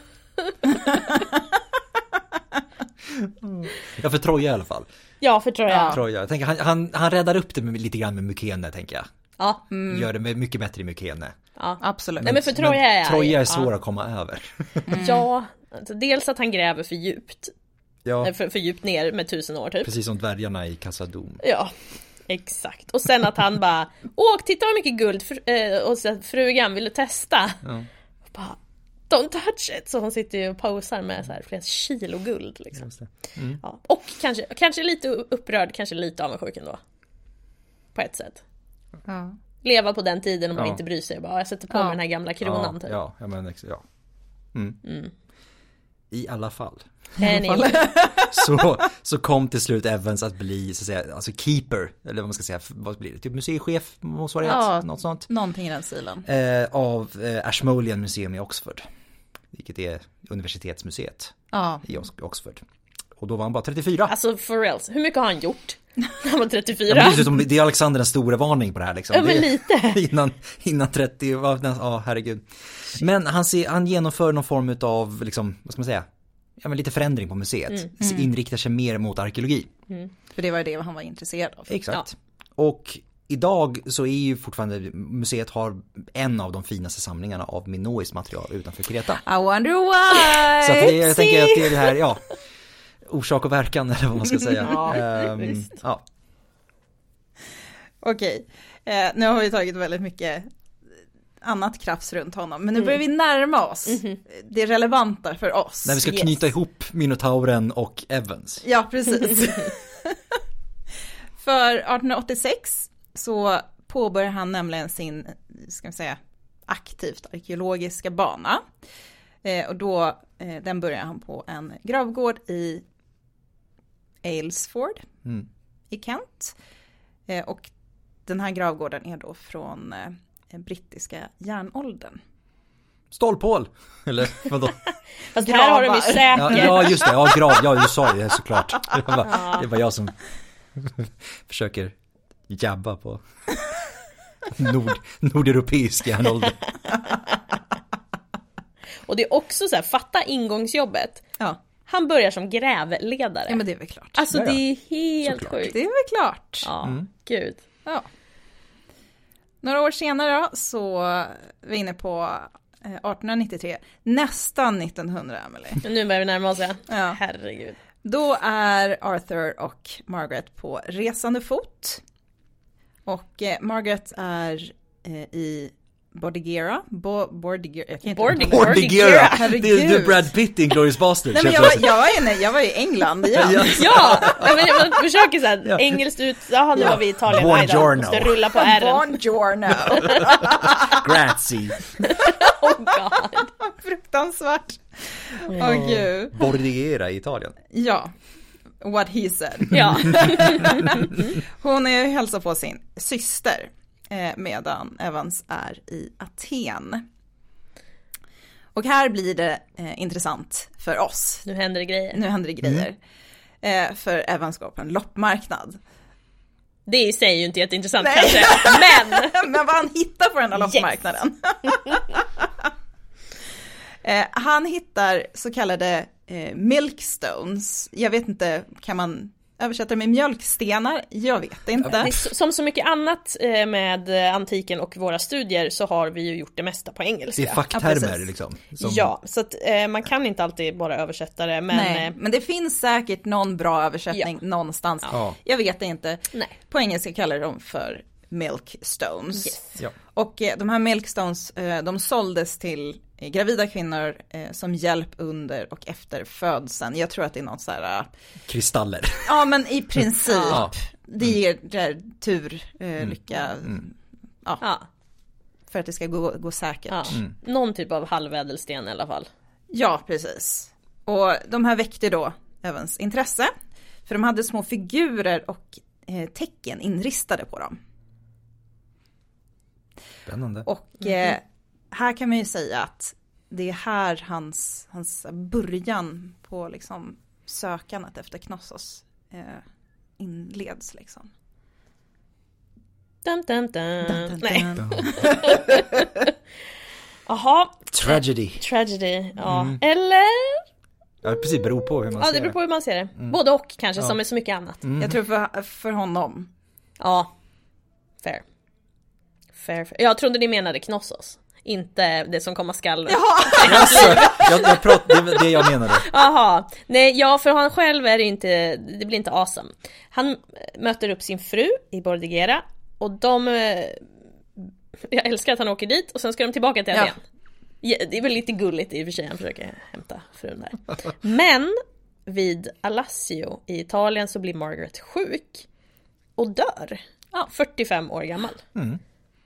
[SPEAKER 1] Ja, för Troja i alla fall.
[SPEAKER 2] Ja, för tror jag. Ja.
[SPEAKER 1] Troja. Jag tänker, han, han, han räddar upp det med, lite grann med Mykene, tänker jag.
[SPEAKER 2] ja.
[SPEAKER 1] Gör det med, mycket bättre i Mykene.
[SPEAKER 4] Mm, Absolut.
[SPEAKER 2] Nej men Mm. för Troja är arg.
[SPEAKER 1] Troja är svår att komma över.
[SPEAKER 2] Ja, ja alltså, dels att han gräver för djupt.
[SPEAKER 1] ja,
[SPEAKER 2] Eh, För, för djupt ner med tusen år typ.
[SPEAKER 1] precis som dvärgarna i Casadum.
[SPEAKER 2] Ja, exakt. Och sen att han bara Åk, titta vad mycket guld! Fr- eh, och så att frugan, vill du testa?
[SPEAKER 1] Ja.
[SPEAKER 2] Och Bara, Don't touch it! Så hon sitter ju och posar med så här flera kilo guld liksom.
[SPEAKER 1] Just det. Mm.
[SPEAKER 2] Ja. Och kanske, kanske lite upprörd, kanske lite avundsjuk ändå. På ett sätt.
[SPEAKER 4] Ja.
[SPEAKER 2] Leva på den tiden om man
[SPEAKER 1] Ja.
[SPEAKER 2] inte bryr sig. Bara, jag sätter på mig den här gamla kronan
[SPEAKER 1] Ja,
[SPEAKER 2] typ.
[SPEAKER 1] ja, ja, men ex- ja. Mm. I alla fall.
[SPEAKER 2] Anyway.
[SPEAKER 1] Så, så kom till slut Evans att bli, så att säga, alltså keeper, eller vad man ska säga, vad blir det, typ museichef, motsvarighet,
[SPEAKER 4] Ja.
[SPEAKER 1] något sånt.
[SPEAKER 4] Någonting i den stilen.
[SPEAKER 1] Eh, av eh, Ashmolean Museum i Oxford. Vilket är universitetsmuseet
[SPEAKER 4] Ja.
[SPEAKER 1] i Ox- Oxford. Och då var han bara 34.
[SPEAKER 2] Alltså for reals, hur mycket har han gjort? Han var 34.
[SPEAKER 1] Ja, men det, är dessutom, det är Alexander den stora varning på det här liksom.
[SPEAKER 2] Ja, men
[SPEAKER 1] Det är-
[SPEAKER 2] lite.
[SPEAKER 1] Innan, innan 30, va, nä- ja herregud. Men han, ser, han genomför någon form av, liksom, vad ska man säga, ja, men lite förändring på museet.
[SPEAKER 2] Mm,
[SPEAKER 1] Så Inriktar sig mer mot arkeologi.
[SPEAKER 4] För det var ju det han var intresserad av.
[SPEAKER 1] Exakt. Och idag så är ju fortfarande, museet har en av de finaste samlingarna av minoiskt material utanför Kreta.
[SPEAKER 4] I wonder why!
[SPEAKER 1] Så att det,
[SPEAKER 2] Äh,
[SPEAKER 1] jag tänker att det är det här, ja, orsak och verkan eller vad man ska säga.
[SPEAKER 2] Ja,
[SPEAKER 1] Ehm,
[SPEAKER 2] visst.
[SPEAKER 1] ja.
[SPEAKER 4] Okej, eh, nu har vi tagit väldigt mycket annat krafts runt honom.
[SPEAKER 1] Mm.
[SPEAKER 4] Men nu börjar vi närma oss det relevanta för oss.
[SPEAKER 1] Mhm. När vi ska knyta ihop minotauren och Evans.
[SPEAKER 4] Ja, precis. för 1886 så påbörjar han nämligen sin, ska vi säga, aktivt arkeologiska bana. Eh, och då, eh, den börjar han på en gravgård i Aylesford
[SPEAKER 1] Mm.
[SPEAKER 4] i Kent. Eh, och den här gravgården är då från eh, den brittiska järnåldern.
[SPEAKER 1] Stålpål! Eller vadå?
[SPEAKER 2] Fast här har de ju
[SPEAKER 4] Gravar.
[SPEAKER 1] Ja,
[SPEAKER 2] säkert.
[SPEAKER 1] ja just det, ja grav, ja du sa det såklart. Det var, det var jag som försöker jabba på nord, nordeuropeisk järnålder.
[SPEAKER 2] Och det är också så här, fatta ingångsjobbet.
[SPEAKER 4] Ja,
[SPEAKER 2] Han börjar som grävledare.
[SPEAKER 4] ja men det är väl klart.
[SPEAKER 2] Alltså
[SPEAKER 1] Ja, ja.
[SPEAKER 2] det är helt
[SPEAKER 1] Såklart. Mm.
[SPEAKER 2] sjukt.
[SPEAKER 4] Det är väl klart.
[SPEAKER 2] Ja, gud.
[SPEAKER 4] Ja. Några år senare då, så vi är inne på eh, 1893, nästan 1900 Emily.
[SPEAKER 2] Men nu börjar vi närma oss ja.
[SPEAKER 4] Ja.
[SPEAKER 2] Herregud.
[SPEAKER 4] Då är Arthur och Margaret på resande fot. Och eh, Margaret är eh, i Bordighera. Bo, Bordighera. Jag kan inte
[SPEAKER 2] Bordig-
[SPEAKER 4] uttala-
[SPEAKER 1] Ordigera!
[SPEAKER 4] herregud.
[SPEAKER 1] Det är du är Brad Pitt i Inglourious Basterds.
[SPEAKER 4] Nej men jag var, jag, var, nej, jag var i England igen.
[SPEAKER 1] Ja.
[SPEAKER 2] Ja! nej, Men man försöker såhär
[SPEAKER 1] Ja.
[SPEAKER 2] engelskt ut, jaha nu
[SPEAKER 1] Ja.
[SPEAKER 2] var vi i Italien,
[SPEAKER 1] Buongiorno.
[SPEAKER 2] nej då, måste rulla på R'n.
[SPEAKER 4] Buongiorno.
[SPEAKER 1] Grazie!
[SPEAKER 2] Oh God.
[SPEAKER 4] Fruktansvärt. Åh gud.
[SPEAKER 1] Bordigera i Italien.
[SPEAKER 4] Ja. What he said.
[SPEAKER 2] Ja.
[SPEAKER 4] Hon är och hälsar på sin syster eh, medan Evans är i Aten. Och här blir det eh, intressant för oss.
[SPEAKER 2] Nu händer det grejer.
[SPEAKER 4] Nu händer det grejer. Eh, för Evans går på en loppmarknad.
[SPEAKER 2] Det i sig är ju inte jätteintressant kanske, men
[SPEAKER 4] Men vad han hittar på den här loppmarknaden. eh, han hittar så kallade eh, milkstones. Jag vet inte, kan man översätta det med mjölkstenar? Jag vet
[SPEAKER 2] det
[SPEAKER 4] inte.
[SPEAKER 2] är så- som så mycket annat eh, med antiken och våra studier så har vi ju gjort det mesta på engelska.
[SPEAKER 1] Det är
[SPEAKER 4] Ja,
[SPEAKER 1] facktermer
[SPEAKER 4] precis.
[SPEAKER 1] liksom. som-
[SPEAKER 2] Ja, så att eh, man kan inte alltid bara översätta det men
[SPEAKER 4] nej,
[SPEAKER 2] eh,
[SPEAKER 4] men det finns säkert någon bra översättning någonstans.
[SPEAKER 1] Ja.
[SPEAKER 4] Jag vet det inte.
[SPEAKER 2] Nej.
[SPEAKER 4] På engelska kallar de för milkstones.
[SPEAKER 2] Yes.
[SPEAKER 1] Ja.
[SPEAKER 4] Och eh, de här milkstones, eh, de såldes till eh, gravida kvinnor eh, som hjälp under och efter födseln. Jag tror att det är något så här, eh,
[SPEAKER 1] Kristaller.
[SPEAKER 4] ja men i princip,
[SPEAKER 1] Mm. Ja. Mm.
[SPEAKER 4] det ger det här tur, eh, lycka,
[SPEAKER 2] ja,
[SPEAKER 4] för att det ska gå, gå säkert.
[SPEAKER 2] ja.
[SPEAKER 1] Mm.
[SPEAKER 2] någon typ av halvädelsten i alla fall.
[SPEAKER 4] Ja, precis. Och de här väckte då Evans intresse. För de hade små figurer och eh, tecken inristade på dem.
[SPEAKER 1] Spännande.
[SPEAKER 4] Och eh, här kan man ju säga att det är här hans, hans början på liksom sökandet efter Knossos eh, inleds liksom.
[SPEAKER 2] Dun, dun, dun.
[SPEAKER 4] Dun,
[SPEAKER 2] Mm.
[SPEAKER 4] dun,
[SPEAKER 2] Nej.
[SPEAKER 4] dun.
[SPEAKER 2] Jaha,
[SPEAKER 1] Tragedy.
[SPEAKER 2] tragedy. Ja. Eller?
[SPEAKER 1] Ja, precis, beror på hur Mm. man
[SPEAKER 2] Ja,
[SPEAKER 1] ser Mm.
[SPEAKER 2] det beror på hur man ser det. Både och kanske, som med så mycket annat.
[SPEAKER 4] Jag tror för, för honom,
[SPEAKER 2] Ja. Fair. Fair, fair. Jag trodde ni menade Knossos. Inte det som komma skall. Jaha.
[SPEAKER 1] Alltså, jag, jag prat, det var det jag menade.
[SPEAKER 2] Nej, ja för han själv är det inte, det blir inte awesome. Han eh, möter upp sin fru i Bordigera och de... eh, Jag älskar att han åker dit och sen ska de tillbaka till
[SPEAKER 4] Ja.
[SPEAKER 2] Aten. Ja, det är väl lite gulligt i och för sig, han försöker hämta frun där. Men vid Alassio i Italien så blir Margaret sjuk och dör. Ja, 45 år gammal.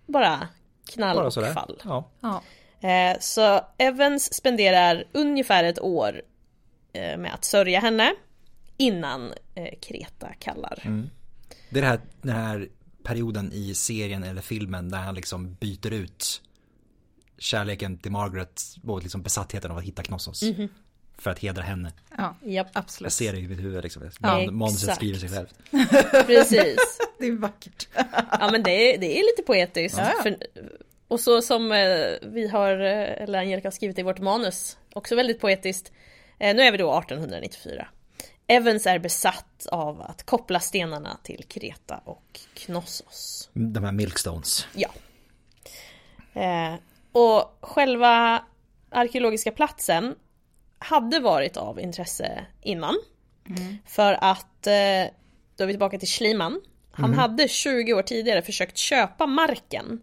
[SPEAKER 2] Bara knall
[SPEAKER 1] Bara
[SPEAKER 2] och
[SPEAKER 1] sådär.
[SPEAKER 2] fall.
[SPEAKER 1] Ja.
[SPEAKER 4] ja,
[SPEAKER 2] Eh, så Evans spenderar ungefär ett år eh, med att sörja henne innan eh, Kreta kallar.
[SPEAKER 4] Mm.
[SPEAKER 1] Det är det här, den här perioden i serien eller filmen där han liksom byter ut kärleken till Margaret och liksom besattheten av att hitta Knossos.
[SPEAKER 2] Mhm.
[SPEAKER 1] För att hedra henne.
[SPEAKER 4] ja,
[SPEAKER 2] Japp,
[SPEAKER 1] Jag
[SPEAKER 4] absolut.
[SPEAKER 1] ser det i mitt huvud liksom.
[SPEAKER 2] Ja,
[SPEAKER 1] Man- Manuset
[SPEAKER 2] exakt.
[SPEAKER 1] skriver sig själv.
[SPEAKER 2] precis.
[SPEAKER 4] Det är vackert.
[SPEAKER 2] Ja men det är, det är lite poetiskt.
[SPEAKER 4] Ja.
[SPEAKER 2] För, och så som eh, vi har, eh, eller Angelica har skrivit i vårt manus, också väldigt poetiskt. Eh, nu är vi då 1894. Evans är besatt av att koppla stenarna till Kreta och Knossos.
[SPEAKER 1] De här Milkstones.
[SPEAKER 2] Ja. Eh, och själva arkeologiska platsen hade varit av intresse innan. För att, eh, då är vi tillbaka till Schliemann. Han hade 20 år tidigare försökt köpa marken.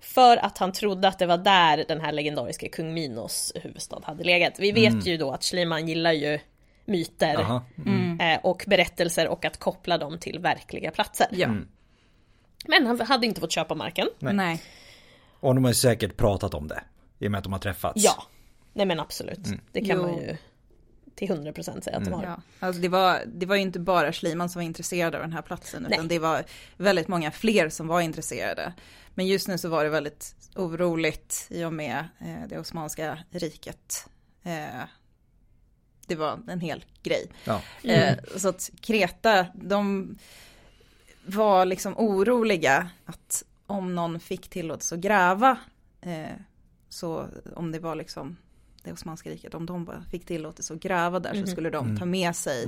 [SPEAKER 2] För att han trodde att det var där den här legendariska kung Minos huvudstad hade legat. Vi vet ju då att Schliemann gillar ju myter
[SPEAKER 1] Jaha.
[SPEAKER 2] eh, och berättelser och att koppla dem till verkliga platser.
[SPEAKER 4] Ja,
[SPEAKER 2] Men han hade inte fått köpa marken.
[SPEAKER 1] Nej.
[SPEAKER 4] Mm. nej.
[SPEAKER 1] Och de har ju säkert pratat om det. I och med att de har träffats.
[SPEAKER 2] Ja, nej men absolut.
[SPEAKER 1] Mm.
[SPEAKER 2] Det kan
[SPEAKER 4] Jo.
[SPEAKER 2] man ju till 100% säga att de har.
[SPEAKER 4] Ja. Alltså det, var, det var ju inte bara Schliemann som var intresserad av den här platsen utan
[SPEAKER 2] Nej.
[SPEAKER 4] det var väldigt många fler som var intresserade. Men just nu så var det väldigt oroligt i och med eh, det Osmanska riket. Eh, det var en hel grej.
[SPEAKER 1] Ja.
[SPEAKER 4] Eh, så att Kreta, de var liksom oroliga att om någon fick tillåtelse att gräva, eh, så om det var liksom det Osmanska riket, om de bara fick tillåtelse att gräva där så skulle de ta med sig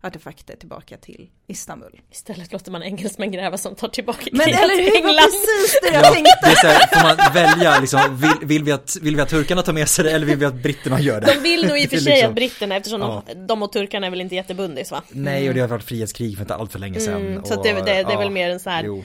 [SPEAKER 4] artefakter tillbaka till Istanbul.
[SPEAKER 2] Istället låter man engelsmän gräva som tar tillbaka
[SPEAKER 4] Men
[SPEAKER 2] kriget
[SPEAKER 4] eller hur,
[SPEAKER 2] till
[SPEAKER 4] det var
[SPEAKER 2] England.
[SPEAKER 4] precis det jag
[SPEAKER 1] Ja,
[SPEAKER 4] tänkte!
[SPEAKER 1] det är så här, får man välja liksom, vill, vill, vi att, vill vi att turkarna tar med sig det eller vill vi att britterna gör det?
[SPEAKER 2] De vill nog i och
[SPEAKER 1] Det
[SPEAKER 2] för
[SPEAKER 1] är
[SPEAKER 2] sig
[SPEAKER 1] liksom-
[SPEAKER 2] att britterna, eftersom de, de och turkarna är väl inte jättebundis va?
[SPEAKER 1] Nej, och det har varit frihetskrig för inte allt för länge sedan.
[SPEAKER 2] Mm, så
[SPEAKER 1] och,
[SPEAKER 2] att det- det- det är
[SPEAKER 1] ja,
[SPEAKER 2] väl mer en så här-
[SPEAKER 1] Jo,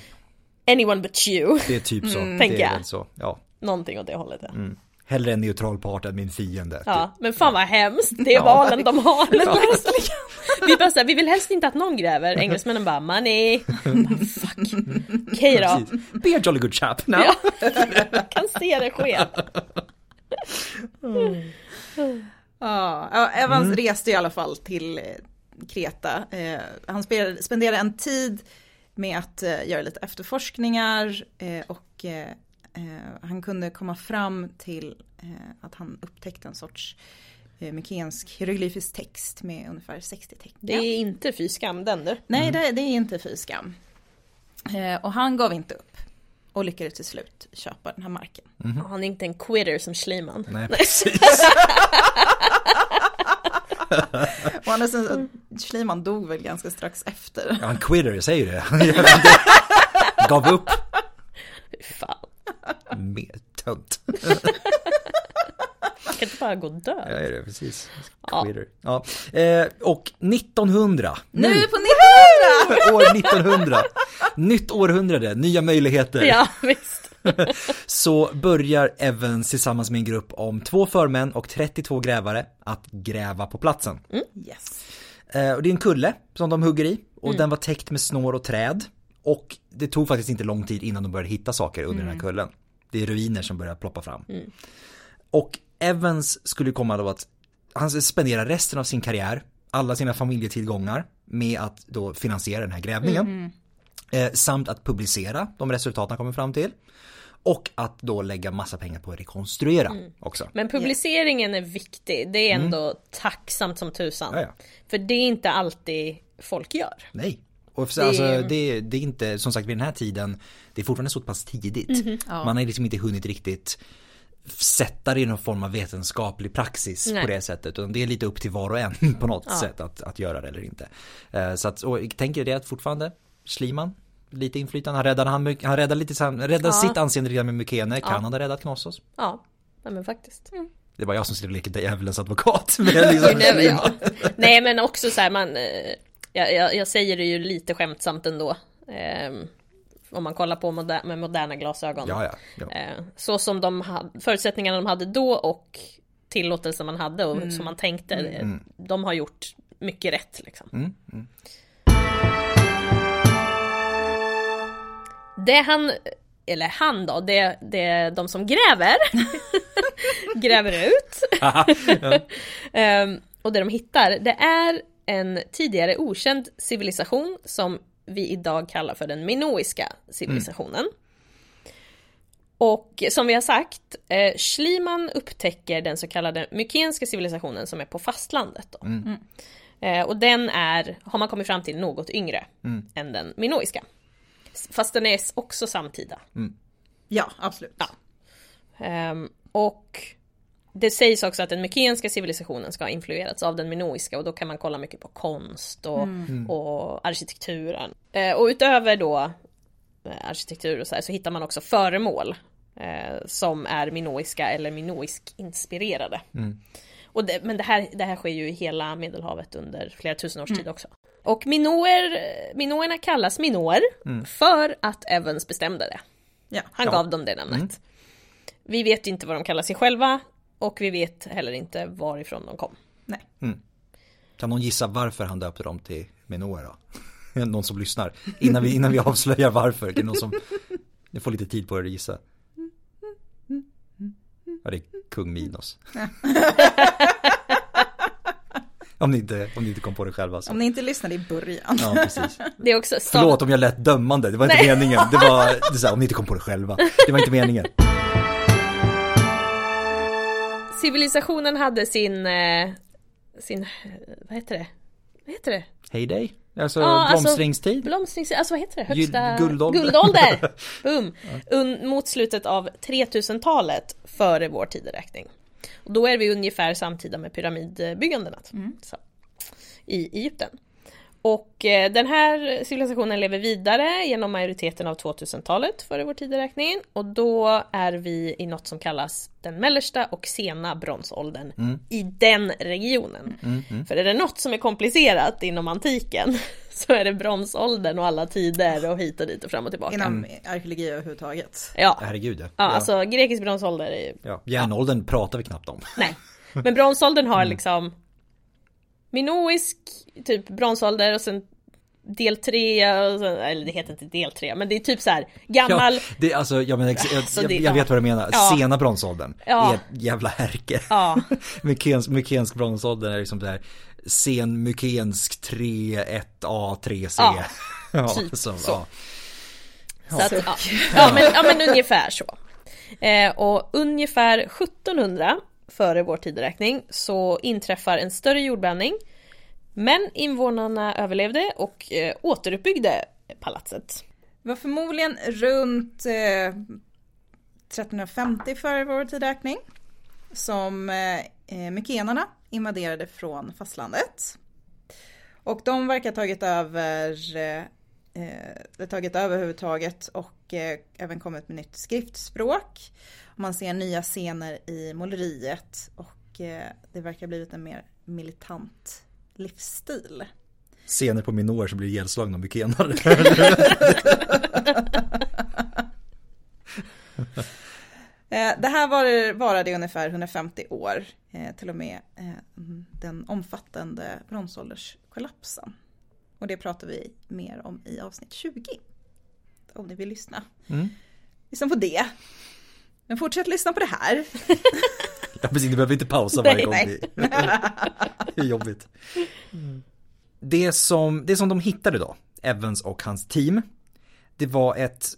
[SPEAKER 2] Anyone but you,
[SPEAKER 1] det är typ så. det
[SPEAKER 2] Mm. tänker
[SPEAKER 1] är
[SPEAKER 2] jag.
[SPEAKER 1] väl så. Ja.
[SPEAKER 2] någonting åt det hållet. Ja,
[SPEAKER 1] Mm, Hellre en neutral part än min fiende.
[SPEAKER 2] ja men fan vad hemskt, det är valen de har. vi bara såhär, vi vill helst inte att någon gräver. Engelsmännen bara money. Bara, Fuck. Okej då.
[SPEAKER 1] Precis. Be a jolly good chap. No.
[SPEAKER 2] Ja, kan se det ske.
[SPEAKER 4] Ja, ja, Evans reste i alla fall till eh, Kreta. Eh, han spe- spenderade en tid med att eh, göra lite efterforskningar eh, och eh, eh, han kunde komma fram till eh, att han upptäckte en sorts eh, mykensk hieroglyfisk text med ungefär 60 tecken.
[SPEAKER 2] Det är inte fy skam den du.
[SPEAKER 4] Nej, det, det är inte fy skam. Eh, och han gav inte upp och lyckades till slut köpa den här marken.
[SPEAKER 1] Mhm.
[SPEAKER 2] Han är inte en quitter som Schliemann.
[SPEAKER 1] Nej, precis.
[SPEAKER 4] Och
[SPEAKER 2] Mm.
[SPEAKER 4] andra sidan, Schliemann dog väl ganska strax efter.
[SPEAKER 1] Ja, Han quitter, säger ju det. Han gör det. Gav upp.
[SPEAKER 2] Fy Fan.
[SPEAKER 1] Mer tönt.
[SPEAKER 2] Kan inte bara gå och
[SPEAKER 1] Ja,
[SPEAKER 2] dö?
[SPEAKER 1] är det, precis. Quitter. Ja. Eh, och 1900.
[SPEAKER 4] Nu på 1900!
[SPEAKER 1] År 1900. Nytt århundrade, nya möjligheter.
[SPEAKER 2] Ja visst.
[SPEAKER 1] så börjar Evans tillsammans med en grupp om två förmän och 32 grävare att gräva på platsen.
[SPEAKER 4] Yes.
[SPEAKER 1] Eh, och det är en kulle som de hugger i och den var täckt med snår och träd. Och det tog faktiskt inte lång tid innan de började hitta saker under den här kullen. Det är ruiner som börjar ploppa fram. Och Evans skulle komma då att han spenderar resten av sin karriär, alla sina familjetillgångar med att då finansiera den här grävningen. Eh, samt att publicera de resultat han kommer fram till. Och att då lägga massa pengar på att rekonstruera också.
[SPEAKER 2] Men publiceringen är viktig. Det är ändå tacksamt som tusan.
[SPEAKER 1] Mm. Ja, ja.
[SPEAKER 2] För det är inte alltid folk gör.
[SPEAKER 1] Nej. Och för, det... Alltså, det, det är inte, som sagt vid den här tiden, det är fortfarande så pass tidigt. Man har liksom inte hunnit riktigt sätta det i någon form av vetenskaplig praxis
[SPEAKER 2] Nej.
[SPEAKER 1] på det sättet. Utan det är lite upp till var och en på något sätt att, att göra det eller inte. Eh, Så att, och tänker det att fortfarande, Sliman, lite inflytande. Han räddade, han, han räddade, lite, han räddade sitt anseende redan med Mykene. Kan han ha räddat Knossos?
[SPEAKER 2] Ja, Mm. ja men faktiskt.
[SPEAKER 1] Det var jag som skulle leka djävulens advokat. Men liksom,
[SPEAKER 2] Nej, ja. Nej men också så här, man, eh, jag, jag, jag säger det ju lite skämtsamt ändå. Ehm, om man kollar på moder- med moderna glasögon.
[SPEAKER 1] ja, ja, ja.
[SPEAKER 2] Eh, så som de hade, förutsättningarna de hade då och tillåtelsen man hade och som man tänkte. eh, De har gjort mycket rätt liksom. Det han, eller han då, det, det de som gräver, gräver ut. Ehm, och det de hittar, det är en tidigare okänd civilisation som vi idag kallar för den minoiska civilisationen. Och som vi har sagt, eh, Schliemann upptäcker den så kallade mykenska civilisationen som är på fastlandet. Då. Eh, och den är, har man kommit fram till, något yngre än den minoiska. S- Fast den är s- också samtida.
[SPEAKER 4] Ja, absolut. Ja.
[SPEAKER 2] Ehm, och det sägs också att den mykenska civilisationen ska ha influerats av den minoiska och då kan man kolla mycket på konst och, och arkitekturen. Eh, och utöver då eh, arkitektur och så här så hittar man också föremål eh, som är minoiska eller minoisk inspirerade. Och det, men det här, det här sker ju i hela Medelhavet under flera tusen års tid också. Och minoer, minoerna kallas minoer för att Evans bestämde det. Han gav dem det namnet.
[SPEAKER 1] Mm.
[SPEAKER 2] Vi vet inte vad de kallar sig själva och vi vet heller inte varifrån de kom.
[SPEAKER 4] Nej.
[SPEAKER 1] Kan någon gissa varför han döpte dem till Minoa då? Någon som lyssnar. Innan vi, innan vi avslöjar varför. Kan någon som... Ni får lite tid på er att gissa. Ja, det är kung Minos. om, ni inte, om ni inte kom på det själva så.
[SPEAKER 4] Om ni inte lyssnade i början.
[SPEAKER 1] Ja, precis.
[SPEAKER 2] Det är också stav-
[SPEAKER 1] Förlåt om jag lät dömande, det var inte
[SPEAKER 2] Nej.
[SPEAKER 1] meningen. Det var, det är så här, om ni inte kom på det själva. Det var inte meningen.
[SPEAKER 2] Civilisationen hade sin, eh, sin, vad heter det? Vad heter det?
[SPEAKER 1] Heyday? Alltså
[SPEAKER 2] Ja, alltså-
[SPEAKER 1] blomstringstid?
[SPEAKER 2] Blomstrings... Alltså vad heter det? Högsta...
[SPEAKER 1] Gyll- guldålder.
[SPEAKER 2] Guldålder! Boom! Un- mot slutet av 3000-talet före vår tideräkning. Och då är vi ungefär samtida med pyramidbyggandena. Så, I Egypten. Och eh, den här civilisationen lever vidare genom majoriteten av 2000-talet före vår tideräkning. Och då är vi i något som kallas den mellersta och sena bronsåldern i den regionen. För är det något som är komplicerat inom antiken så är det bronsåldern och alla tider och hit och dit och fram och tillbaka.
[SPEAKER 4] Inom arkeologi överhuvudtaget.
[SPEAKER 2] Ja. ja,
[SPEAKER 1] Herregud. Ja,
[SPEAKER 2] alltså grekisk bronsålder är ju...
[SPEAKER 1] ja. Järnåldern pratar vi knappt om.
[SPEAKER 2] Nej. Men bronsåldern har liksom minoisk, typ bronsålder och sen del 3, eller det heter inte del 3, men det är typ så här gammal,
[SPEAKER 1] Ja, det, alltså, ja, men, ex- jag,
[SPEAKER 2] Alltså,
[SPEAKER 1] jag,
[SPEAKER 2] det-
[SPEAKER 1] jag vet vad du menar.
[SPEAKER 2] Ja.
[SPEAKER 1] Sena bronsåldern
[SPEAKER 2] Ja.
[SPEAKER 1] är ett jävla härke.
[SPEAKER 2] Ja.
[SPEAKER 1] Mykensk, mykensk bronsålder är liksom så här sen mykensk 3, 1A, 3C.
[SPEAKER 2] Ja,
[SPEAKER 1] typ så. Ja.
[SPEAKER 2] Så att, ja. Ja, men, ja men ungefär så. Eh, och ungefär 1700 före vår tideräkning så inträffar en större jordbävning. Men invånarna överlevde och eh, återuppbyggde palatset.
[SPEAKER 4] Det var förmodligen runt eh, 1350 före vår tidräkning som eh, eh, mykenarna invaderade från fastlandet. Och de verkar ha tagit över eh, eh, tagit över överhuvudtaget och eh, även kommit med nytt skriftspråk. Man ser nya scener i måleriet och eh, det verkar ha blivit en mer militant livsstil.
[SPEAKER 1] Scener på minorer som blir ihjälslagna av mykenare.
[SPEAKER 4] Eh, Det här var, varade i ungefär 150 år, eh, till och med eh, den omfattande bronsålderskollapsen. Och det pratar vi mer om i avsnitt 20. Om ni vill lyssna. Lyssna på det. Men fortsätt lyssna på det här.
[SPEAKER 1] ja, precis, du behöver inte pausa varje
[SPEAKER 2] Nej,
[SPEAKER 1] gång.
[SPEAKER 4] nej.
[SPEAKER 1] Det- det är jobbigt. Det, som, det som de hittade då, Evans och hans team, det var ett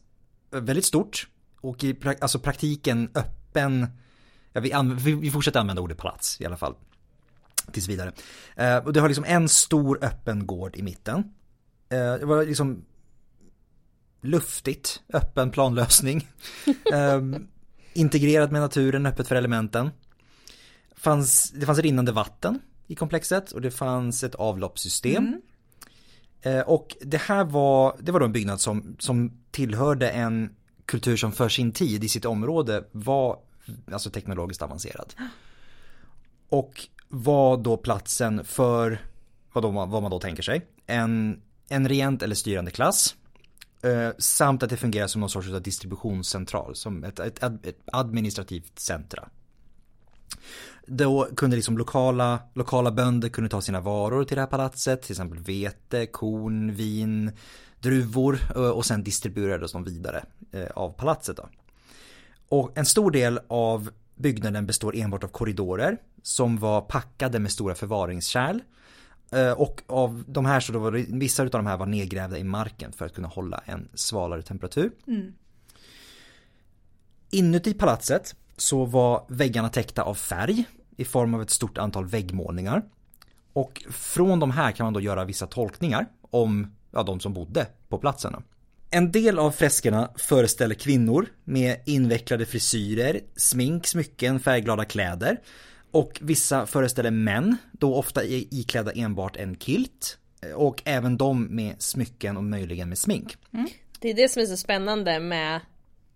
[SPEAKER 1] väldigt stort och i pra- alltså praktiken öppen, ja, vi, anv- vi- vi fortsätter använda ordet palats i alla fall. Tills vidare. Eh, och det har liksom en stor öppen gård i mitten. Eh, det var liksom luftigt, öppen planlösning. eh, integrerat med naturen, öppet för elementen. Fanns, det fanns rinnande vatten i komplexet och det fanns ett avloppssystem. Eh, Och det här var, det var då en byggnad som, som tillhörde en kultur som för sin tid i sitt område var alltså teknologiskt avancerad. Och var då platsen för vad, då, vad man då tänker sig, en, en regent eller styrande klass. Eh, samt att det fungerar som någon sorts utav distributionscentral, som ett, ett, ad- ett administrativt centra. Då kunde liksom lokala, lokala bönder kunde ta sina varor till det här palatset, till exempel vete, korn, vin, druvor eh, och sen distribuerades de vidare eh, av palatset. Då. Och en stor del av byggnaden består enbart av korridorer som var packade med stora förvaringskärl. Eh, Och av de här så då var det, vissa utav de här var nedgrävda i marken för att kunna hålla en svalare temperatur. Inuti palatset så var väggarna täckta av färg i form av ett stort antal väggmålningar. Och från de här kan man då göra vissa tolkningar om ja, de som bodde på platsen. då. En del av freskerna föreställer kvinnor med invecklade frisyrer, smink, smycken, färgglada kläder. Och vissa föreställer män, då ofta i- iklädda enbart en kilt. Och även de med smycken och möjligen med smink.
[SPEAKER 2] Det är det som är så spännande med,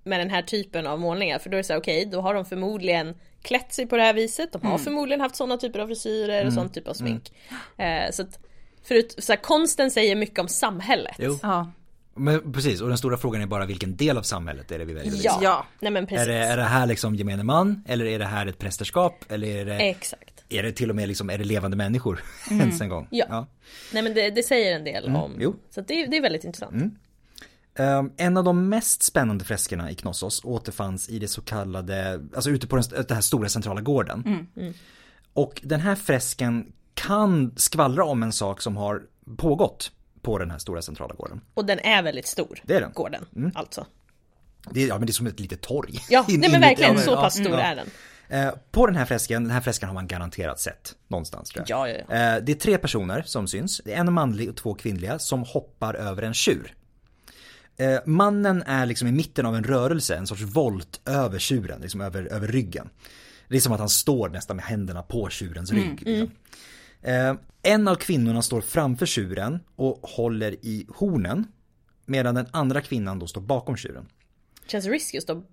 [SPEAKER 2] med den här typen av målningar. För då är det så här, okej, då har de förmodligen klätt sig på det här viset. De har
[SPEAKER 1] Mm.
[SPEAKER 2] förmodligen haft sådana typer av frisyrer och sån typ av smink.
[SPEAKER 1] Mm.
[SPEAKER 2] Eh, så att, förut, så här, konsten säger mycket om samhället.
[SPEAKER 1] Jo.
[SPEAKER 4] Ja.
[SPEAKER 1] Men precis, och den stora frågan är bara vilken del av samhället är det vi väljer? att
[SPEAKER 2] Ja.
[SPEAKER 4] Ja.
[SPEAKER 2] nej men precis.
[SPEAKER 1] Är det, är det här liksom gemene man eller är det här ett prästerskap eller är
[SPEAKER 2] Eh.
[SPEAKER 1] det,
[SPEAKER 2] Exakt.
[SPEAKER 1] är det till och med liksom, är det levande människor ens en gång?
[SPEAKER 2] Mm. Ja. Nej men det, det säger en del om.
[SPEAKER 1] Mm. jo. Mm.
[SPEAKER 2] Så att det, är- det är väldigt intressant.
[SPEAKER 1] Ehm, en av de mest spännande freskerna i Knossos återfanns i det så kallade, alltså ute på den, den här stora centrala gården.
[SPEAKER 2] Mm.
[SPEAKER 1] Och den här fresken kan skvallra om en sak som har pågått på den här stora centrala gården.
[SPEAKER 2] Och den är väldigt stor.
[SPEAKER 1] Det är den.
[SPEAKER 2] Gården, alltså.
[SPEAKER 1] Det är, ja, men det är som ett litet torg.
[SPEAKER 2] Ja,
[SPEAKER 1] In-
[SPEAKER 2] nej men
[SPEAKER 1] inuti-
[SPEAKER 2] verkligen
[SPEAKER 1] ja,
[SPEAKER 2] så
[SPEAKER 1] ja,
[SPEAKER 2] pass stor
[SPEAKER 1] ja.
[SPEAKER 2] är den.
[SPEAKER 1] Eh, På den här fresken, den här fresken har man garanterat sett någonstans tror jag.
[SPEAKER 2] Ja, ja, ja.
[SPEAKER 1] Eh, Det är tre personer som syns, Det är en manlig och två kvinnliga som hoppar över en tjur. Eh, Mannen är liksom i mitten av en rörelse, en sorts volt över tjuren, liksom över, över ryggen. Det är som att han står nästan med händerna på tjurens
[SPEAKER 2] Mm,
[SPEAKER 1] rygg. Liksom. Eh, En av kvinnorna står framför tjuren och håller i hornen. Medan den andra kvinnan då står bakom tjuren.
[SPEAKER 2] Känns risky att stå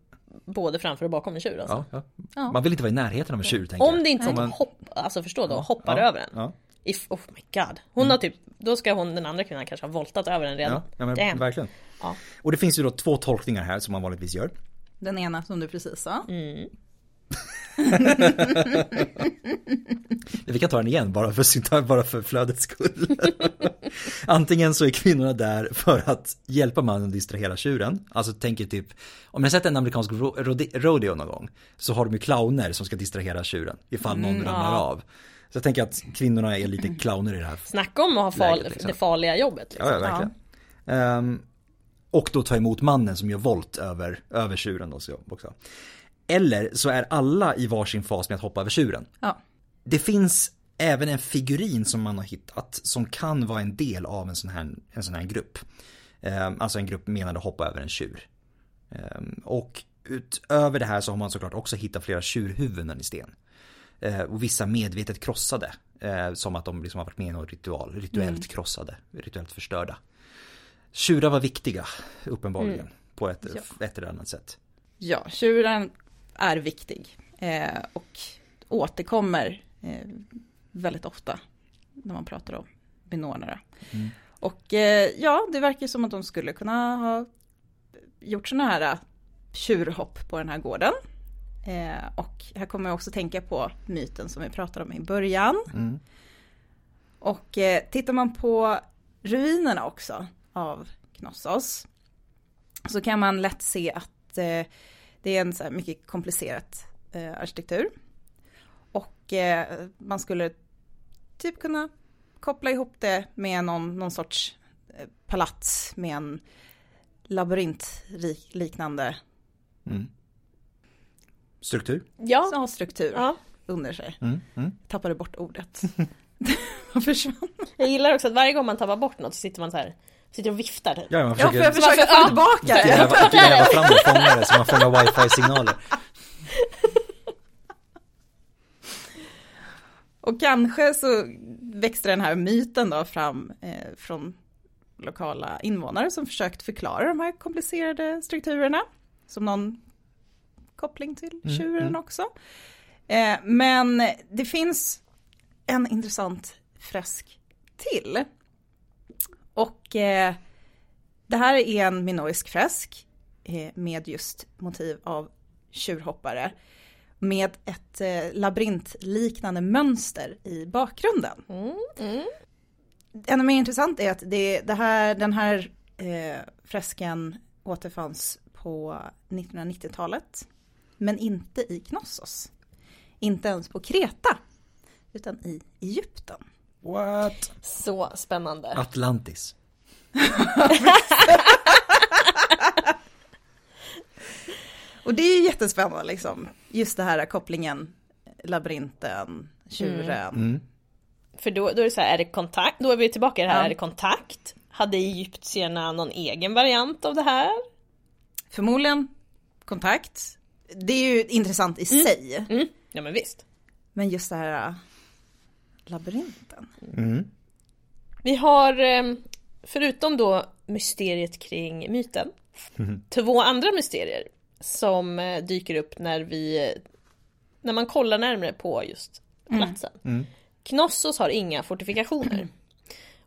[SPEAKER 2] både framför och bakom en tjur alltså.
[SPEAKER 1] Man vill inte vara i närheten av en tjur tänker jag.
[SPEAKER 2] Om det inte är att
[SPEAKER 1] man-
[SPEAKER 2] de hopp, alltså förstå då, hoppar
[SPEAKER 1] Ja,
[SPEAKER 2] över den.
[SPEAKER 1] ja.
[SPEAKER 2] If, oh my god. Hon har typ, då ska hon, den andra kvinnan kanske ha voltat över den redan.
[SPEAKER 1] Mm. Ja, ja men
[SPEAKER 2] Damn.
[SPEAKER 1] verkligen.
[SPEAKER 2] Ja.
[SPEAKER 1] Och det finns ju då två tolkningar här som man vanligtvis gör.
[SPEAKER 4] Den ena som du precis sa.
[SPEAKER 1] Vi kan ta den igen bara för, synta- bara för flödets skull. Antingen så är kvinnorna där för att hjälpa mannen att distrahera tjuren. Alltså tänker typ, om ni har sett en amerikansk ro- rode- rodeo någon gång så har de ju clowner som ska distrahera tjuren ifall någon
[SPEAKER 2] Mm,
[SPEAKER 1] ramlar av. Så jag tänker att kvinnorna är lite clowner i det här.
[SPEAKER 2] Snacka om att ha fal,
[SPEAKER 1] Läget, liksom.
[SPEAKER 2] det farliga jobbet. Liksom.
[SPEAKER 1] Ja, ja verkligen. Ehm, och då ta emot mannen som gör volt över, över tjuren då, så också. Eller så är alla i varsin fas med att hoppa över tjuren.
[SPEAKER 4] Ja.
[SPEAKER 1] Det finns även en figurin som man har hittat som kan vara en del av en sån här, en sån här grupp. Ehm, alltså en grupp menade att hoppa över en tjur. Ehm, och utöver det här så har man såklart också hittat flera tjurhuvuden i sten. Eh, och vissa medvetet krossade. Eh, som att de liksom har varit med i någon ritual. Rituellt
[SPEAKER 4] Mm.
[SPEAKER 1] krossade, rituellt förstörda. Tjurar var viktiga, uppenbarligen.
[SPEAKER 4] Mm.
[SPEAKER 1] På ett, ett eller annat sätt.
[SPEAKER 4] Ja, tjuren är viktig eh, och återkommer eh, väldigt ofta när man pratar om benånare. Och eh, ja, det verkar som att de skulle kunna ha gjort sådana här eh, tjurhopp på den här gården. Eh, och här kommer jag också tänka på myten som vi pratade om i början.
[SPEAKER 1] Mm.
[SPEAKER 4] Och eh, tittar man på ruinerna också av Knossos så kan man lätt se att eh, det är en så här mycket komplicerad eh, arkitektur. Och eh, man skulle typ kunna koppla ihop det med någon, någon sorts eh, palats med en labyrintliknande
[SPEAKER 1] Struktur?
[SPEAKER 2] Ja,
[SPEAKER 4] Så har struktur
[SPEAKER 2] ja.
[SPEAKER 4] under sig.
[SPEAKER 1] Mm. Mm.
[SPEAKER 4] Tappade bort ordet. Vad försvann?
[SPEAKER 2] Jag gillar också att varje gång man tappar bort något så sitter man så här, sitter och viftar typ.
[SPEAKER 1] Ja, man
[SPEAKER 4] Ja, för jag
[SPEAKER 1] försöker
[SPEAKER 4] försöker
[SPEAKER 2] Varför- ja.
[SPEAKER 4] få tillbaka det.
[SPEAKER 1] gräva, gräva fram och fånga det så man fångar wifi-signaler.
[SPEAKER 4] Och kanske så växte den här myten då fram eh, från lokala invånare som försökt förklara de här komplicerade strukturerna. Som någon koppling till tjuren också. Eh, men det finns en intressant fresk till. Och eh, det här är en minoisk fresk eh, med just motiv av tjurhoppare med ett eh, labyrintliknande mönster i bakgrunden. Ännu mer intressant är att det, det här, den här eh, fresken återfanns på 1990-talet. Men inte i Knossos. Inte ens på Kreta. Utan i Egypten.
[SPEAKER 1] What?
[SPEAKER 2] Så spännande.
[SPEAKER 1] Atlantis.
[SPEAKER 4] Och det är ju jättespännande liksom. Just det här kopplingen, eh, labyrinten, tjuren.
[SPEAKER 2] För då, då är det så här, är det kontakt? Då är vi tillbaka i det här,
[SPEAKER 4] Ja.
[SPEAKER 2] är det kontakt? Hade egyptierna någon egen variant av det här?
[SPEAKER 4] Förmodligen kontakt. Det är ju intressant i sig.
[SPEAKER 2] Mm. Ja men visst.
[SPEAKER 4] Men just det här äh, labyrinten.
[SPEAKER 2] Vi har, eh, förutom då mysteriet kring myten, två andra mysterier som eh, dyker upp när vi, eh, när man kollar närmare på just platsen. Knossos har inga fortifikationer.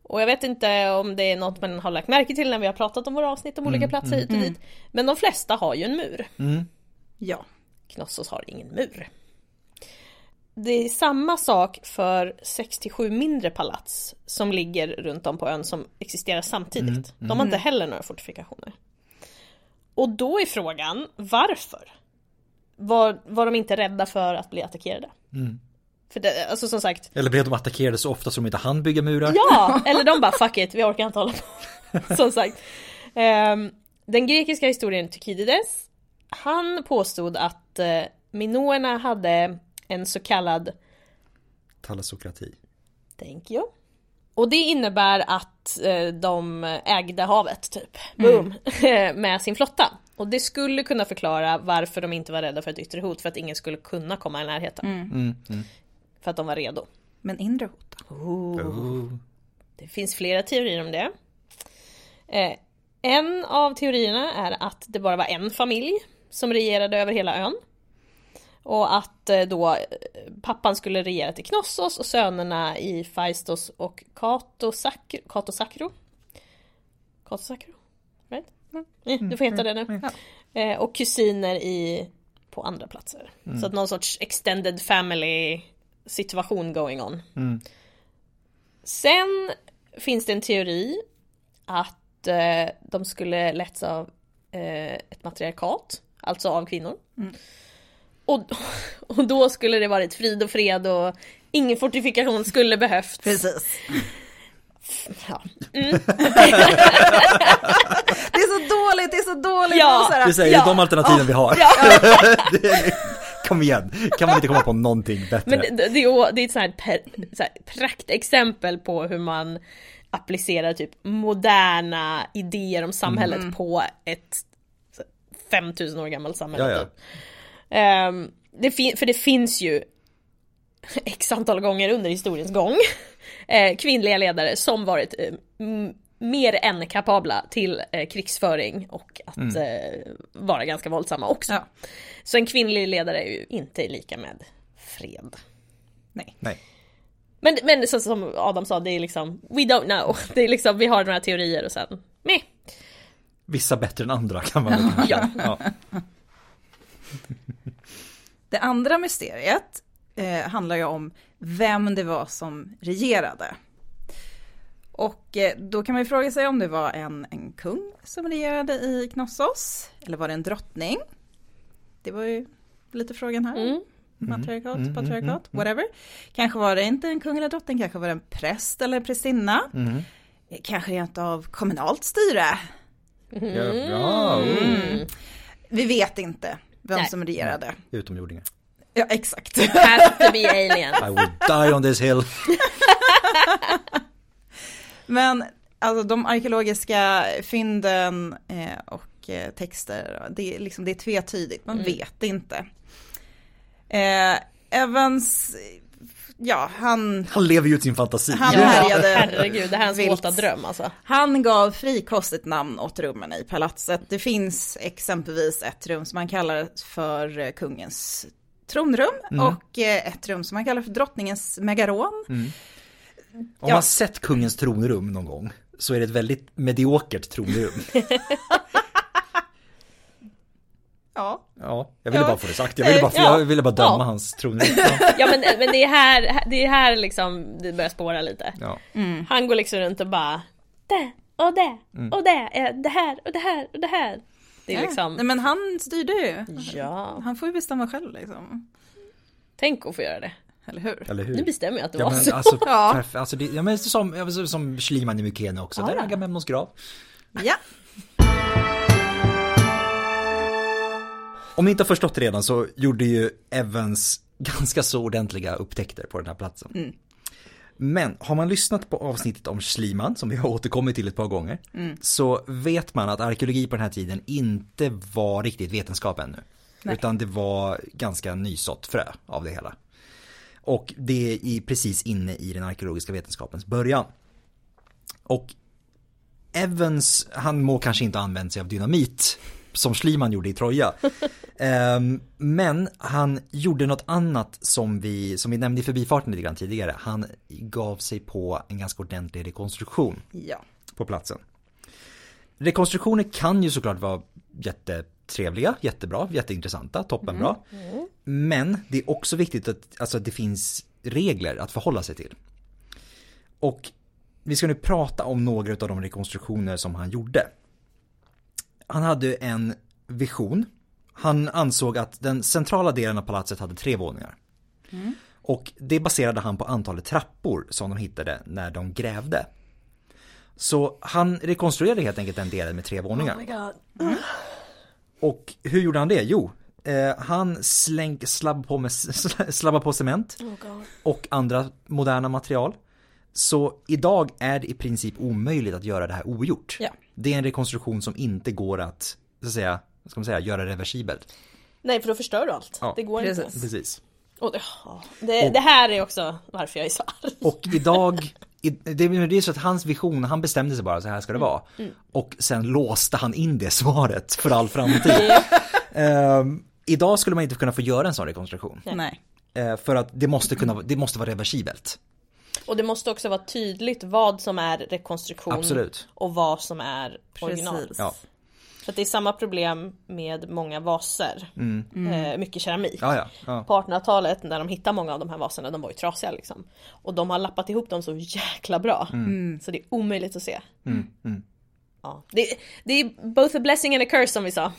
[SPEAKER 2] Och jag vet inte om det är något man har lagt märke till när vi har pratat om våra avsnitt om olika platser hit och dit. Men de flesta har ju en mur.
[SPEAKER 4] Ja.
[SPEAKER 2] Knossos har ingen mur. Det är samma sak för 67 mindre palats som ligger runt om på ön som existerar samtidigt. De har inte heller några fortifikationer. Och då är frågan varför? Var, var de inte rädda för att bli attackerade? För det, alltså som sagt,
[SPEAKER 1] Eller blev de attackerade så ofta som de inte hann bygga murar?
[SPEAKER 2] Ja, eller de bara fuck it, vi orkar inte hålla på. Som sagt. Ehm, den grekiska historien Tukidides, han påstod att eh, minoerna hade en så kallad
[SPEAKER 1] Talasokrati.
[SPEAKER 2] Thank you. Och det innebär att eh, de ägde havet typ, boom, med sin flotta. Och det skulle kunna förklara varför de inte var rädda för ett yttre hot, för att ingen skulle kunna komma i närheten. För att de var redo.
[SPEAKER 4] Men inre hot då?
[SPEAKER 1] Oh.
[SPEAKER 2] Det finns flera teorier om det. Eh, en av teorierna är att det bara var en familj som regerade över hela ön. Och att eh, då eh, pappan skulle regera till Knossos och sönerna i Faistos och Kato Sakro. Kato Sakro? Kato Sakro? Right? Eh, Du får heta det nu. Eh, och kusiner i, på andra platser. Så att någon sorts extended family situation going on. Sen finns det en teori att eh, de skulle letts av eh, ett matriarkat, alltså av kvinnor. Och, och då skulle det varit frid och fred och ingen fortifikation skulle behövts.
[SPEAKER 4] Precis.
[SPEAKER 2] Ja.
[SPEAKER 4] Det är så dåligt, det är så dåligt.
[SPEAKER 2] Ja.
[SPEAKER 4] Och så här,
[SPEAKER 1] Vi säger
[SPEAKER 2] Ja.
[SPEAKER 1] de alternativen vi har. Det är- Kom igen, kan man inte komma på någonting bättre?
[SPEAKER 2] Men det, det, det är- det är ett sånt här, per, så här praktexempel på hur man applicerar typ moderna idéer om samhället
[SPEAKER 1] Mm.
[SPEAKER 2] på ett så här 5000 år gammalt samhälle.
[SPEAKER 1] Ja, ja.
[SPEAKER 2] typ. Ehm, det fin- för det finns ju x antal gånger under historiens gång eh, kvinnliga ledare som varit eh, m- mer än kapabla till eh, krigsföring och att
[SPEAKER 1] Mm.
[SPEAKER 2] eh, vara ganska våldsamma också.
[SPEAKER 4] Ja.
[SPEAKER 2] Så en kvinnlig ledare är ju inte lika med fred.
[SPEAKER 1] Nej.
[SPEAKER 2] Men, men så, som Adam sa, det är liksom we don't know. Det är liksom, vi har några teorier och sen meh.
[SPEAKER 1] Vissa bättre än andra kan man väl
[SPEAKER 2] Ja.
[SPEAKER 1] ja.
[SPEAKER 4] Det andra mysteriet eh, handlar ju om vem det var som regerade. Och eh, då kan man ju fråga sig om det var en, en kung som regerade i Knossos. Eller var det en drottning? Det var ju lite frågan här.
[SPEAKER 2] Mm.
[SPEAKER 4] Matriarkat, patriarkat, whatever. Kanske var det inte en kung eller drottning, kanske var det en präst eller en prästinna.
[SPEAKER 1] Mm.
[SPEAKER 4] Eh, Kanske rent av kommunalt styre.
[SPEAKER 1] Ja, bra.
[SPEAKER 2] Mm.
[SPEAKER 4] Vi vet inte vem
[SPEAKER 2] Nej.
[SPEAKER 4] som regerade.
[SPEAKER 1] Utomjordingar.
[SPEAKER 4] Ja, exakt.
[SPEAKER 2] Has to be alien.
[SPEAKER 1] I will die on this hill.
[SPEAKER 4] Men alltså de arkeologiska fynden eh, och eh, texter, det är, liksom, det är tvetydigt,
[SPEAKER 2] Mm.
[SPEAKER 4] man vet inte. Eh, Evans, ja han,
[SPEAKER 1] Han lever ju ut sin fantasi.
[SPEAKER 4] Han
[SPEAKER 2] Ja,
[SPEAKER 4] härjade
[SPEAKER 2] herregud, det här är hans
[SPEAKER 4] vilt.
[SPEAKER 2] våta dröm alltså.
[SPEAKER 4] han gav frikostigt namn åt rummen i palatset. Det finns exempelvis ett rum som man kallar för eh, kungens tronrum
[SPEAKER 2] Mm.
[SPEAKER 4] och eh, ett rum som man kallar för drottningens megaron.
[SPEAKER 1] Om
[SPEAKER 4] Ja.
[SPEAKER 1] man sett kungens tronrum någon gång så är det ett väldigt mediokert tronrum.
[SPEAKER 4] Ja,
[SPEAKER 1] Ja, jag ville
[SPEAKER 4] Ja.
[SPEAKER 1] bara få det sagt. Jag ville bara,
[SPEAKER 2] Ja.
[SPEAKER 1] jag ville bara döma
[SPEAKER 2] Ja.
[SPEAKER 1] hans tronrum. Ja.
[SPEAKER 2] Ja men, men det är här, det är här liksom det börjar spåra lite.
[SPEAKER 1] Ja.
[SPEAKER 4] Mm.
[SPEAKER 2] Han går liksom runt och bara det och det och det, är det här och det här och det här. Det är
[SPEAKER 4] Ja. Nej,
[SPEAKER 2] liksom,
[SPEAKER 4] men han styrde ju.
[SPEAKER 2] ja,
[SPEAKER 4] Han får ju bestämma själv liksom.
[SPEAKER 2] tänk att få göra det.
[SPEAKER 4] Eller hur?
[SPEAKER 1] Eller
[SPEAKER 2] Nu
[SPEAKER 1] hur?
[SPEAKER 2] bestämmer jag att det
[SPEAKER 1] Ja
[SPEAKER 2] var
[SPEAKER 1] men
[SPEAKER 2] så.
[SPEAKER 1] alltså,
[SPEAKER 4] Ja.
[SPEAKER 1] perf- alltså det, ja, men som, ja, men som Schliemann i Mykene också, där är Agamemnons grav.
[SPEAKER 4] Ja.
[SPEAKER 1] Om ni inte har förstått det redan så gjorde ju Evans ganska så ordentliga upptäckter på den här platsen. Men har man lyssnat på avsnittet om Schliemann, som vi har återkommit till ett par gånger, så vet man att arkeologi på den här tiden inte var riktigt vetenskap ännu. Utan det var ganska nysått frö av det hela. Och det är i, precis inne i den arkeologiska vetenskapens början. Och Evans, han må kanske inte ha använt sig av dynamit som Schliemann gjorde i Troja. Ehm, men han gjorde något annat som vi, som vi nämnde i förbifarten lite grann tidigare. Han gav sig på en ganska ordentlig rekonstruktion
[SPEAKER 4] Ja.
[SPEAKER 1] på platsen. Rekonstruktioner kan ju såklart vara jättetrevliga, jättebra, jätteintressanta, toppenbra. Men det är också viktigt att alltså, att det finns regler att förhålla sig till. Och vi ska nu prata om några av de rekonstruktioner som han gjorde. Han hade en vision. Han ansåg att den centrala delen av palatset hade tre våningar. Mm. Och det baserade han på antalet trappor som de hittade när de grävde. Så han rekonstruerade helt enkelt den delen med tre
[SPEAKER 4] Oh
[SPEAKER 1] våningar. Mm. Och hur gjorde han det? Jo, eh, han släng, slabb på med, slabbade på cement och andra moderna material. Så idag är det i princip omöjligt att göra det här ogjort.
[SPEAKER 4] Ja.
[SPEAKER 1] Det är en rekonstruktion som inte går att, så att säga, vad ska man säga, göra reversibelt.
[SPEAKER 2] Nej för då förstör du allt.
[SPEAKER 1] Ja,
[SPEAKER 2] det går inte.
[SPEAKER 4] precis.
[SPEAKER 1] Precis.
[SPEAKER 2] Och det, ja. det, det här är också varför jag är så arg.
[SPEAKER 1] Och idag, i- det är det är så att hans vision, han bestämde sig bara så här ska
[SPEAKER 2] Mm.
[SPEAKER 1] det vara. Och sen låste han in det svaret för all framtid. Ehm, idag skulle man inte kunna få göra en sån rekonstruktion.
[SPEAKER 4] Nej.
[SPEAKER 1] Eh, för att det måste, kunna, det måste vara reversibelt.
[SPEAKER 2] Och det måste också vara tydligt vad som är rekonstruktion
[SPEAKER 1] Absolut.
[SPEAKER 2] och vad som är original.
[SPEAKER 4] Precis.
[SPEAKER 1] Ja.
[SPEAKER 2] För att det är samma problem med många vaser. Eh, mycket keramik.
[SPEAKER 1] Mm. Ja, ja, ja.
[SPEAKER 2] På 1800-talet när de hittade många av de här vaserna, de var ju trasiga liksom. Och de har lappat ihop dem så jäkla bra.
[SPEAKER 1] Mm.
[SPEAKER 2] Så det är omöjligt att se. Ja. Det, det är both a blessing and a curse som vi sa.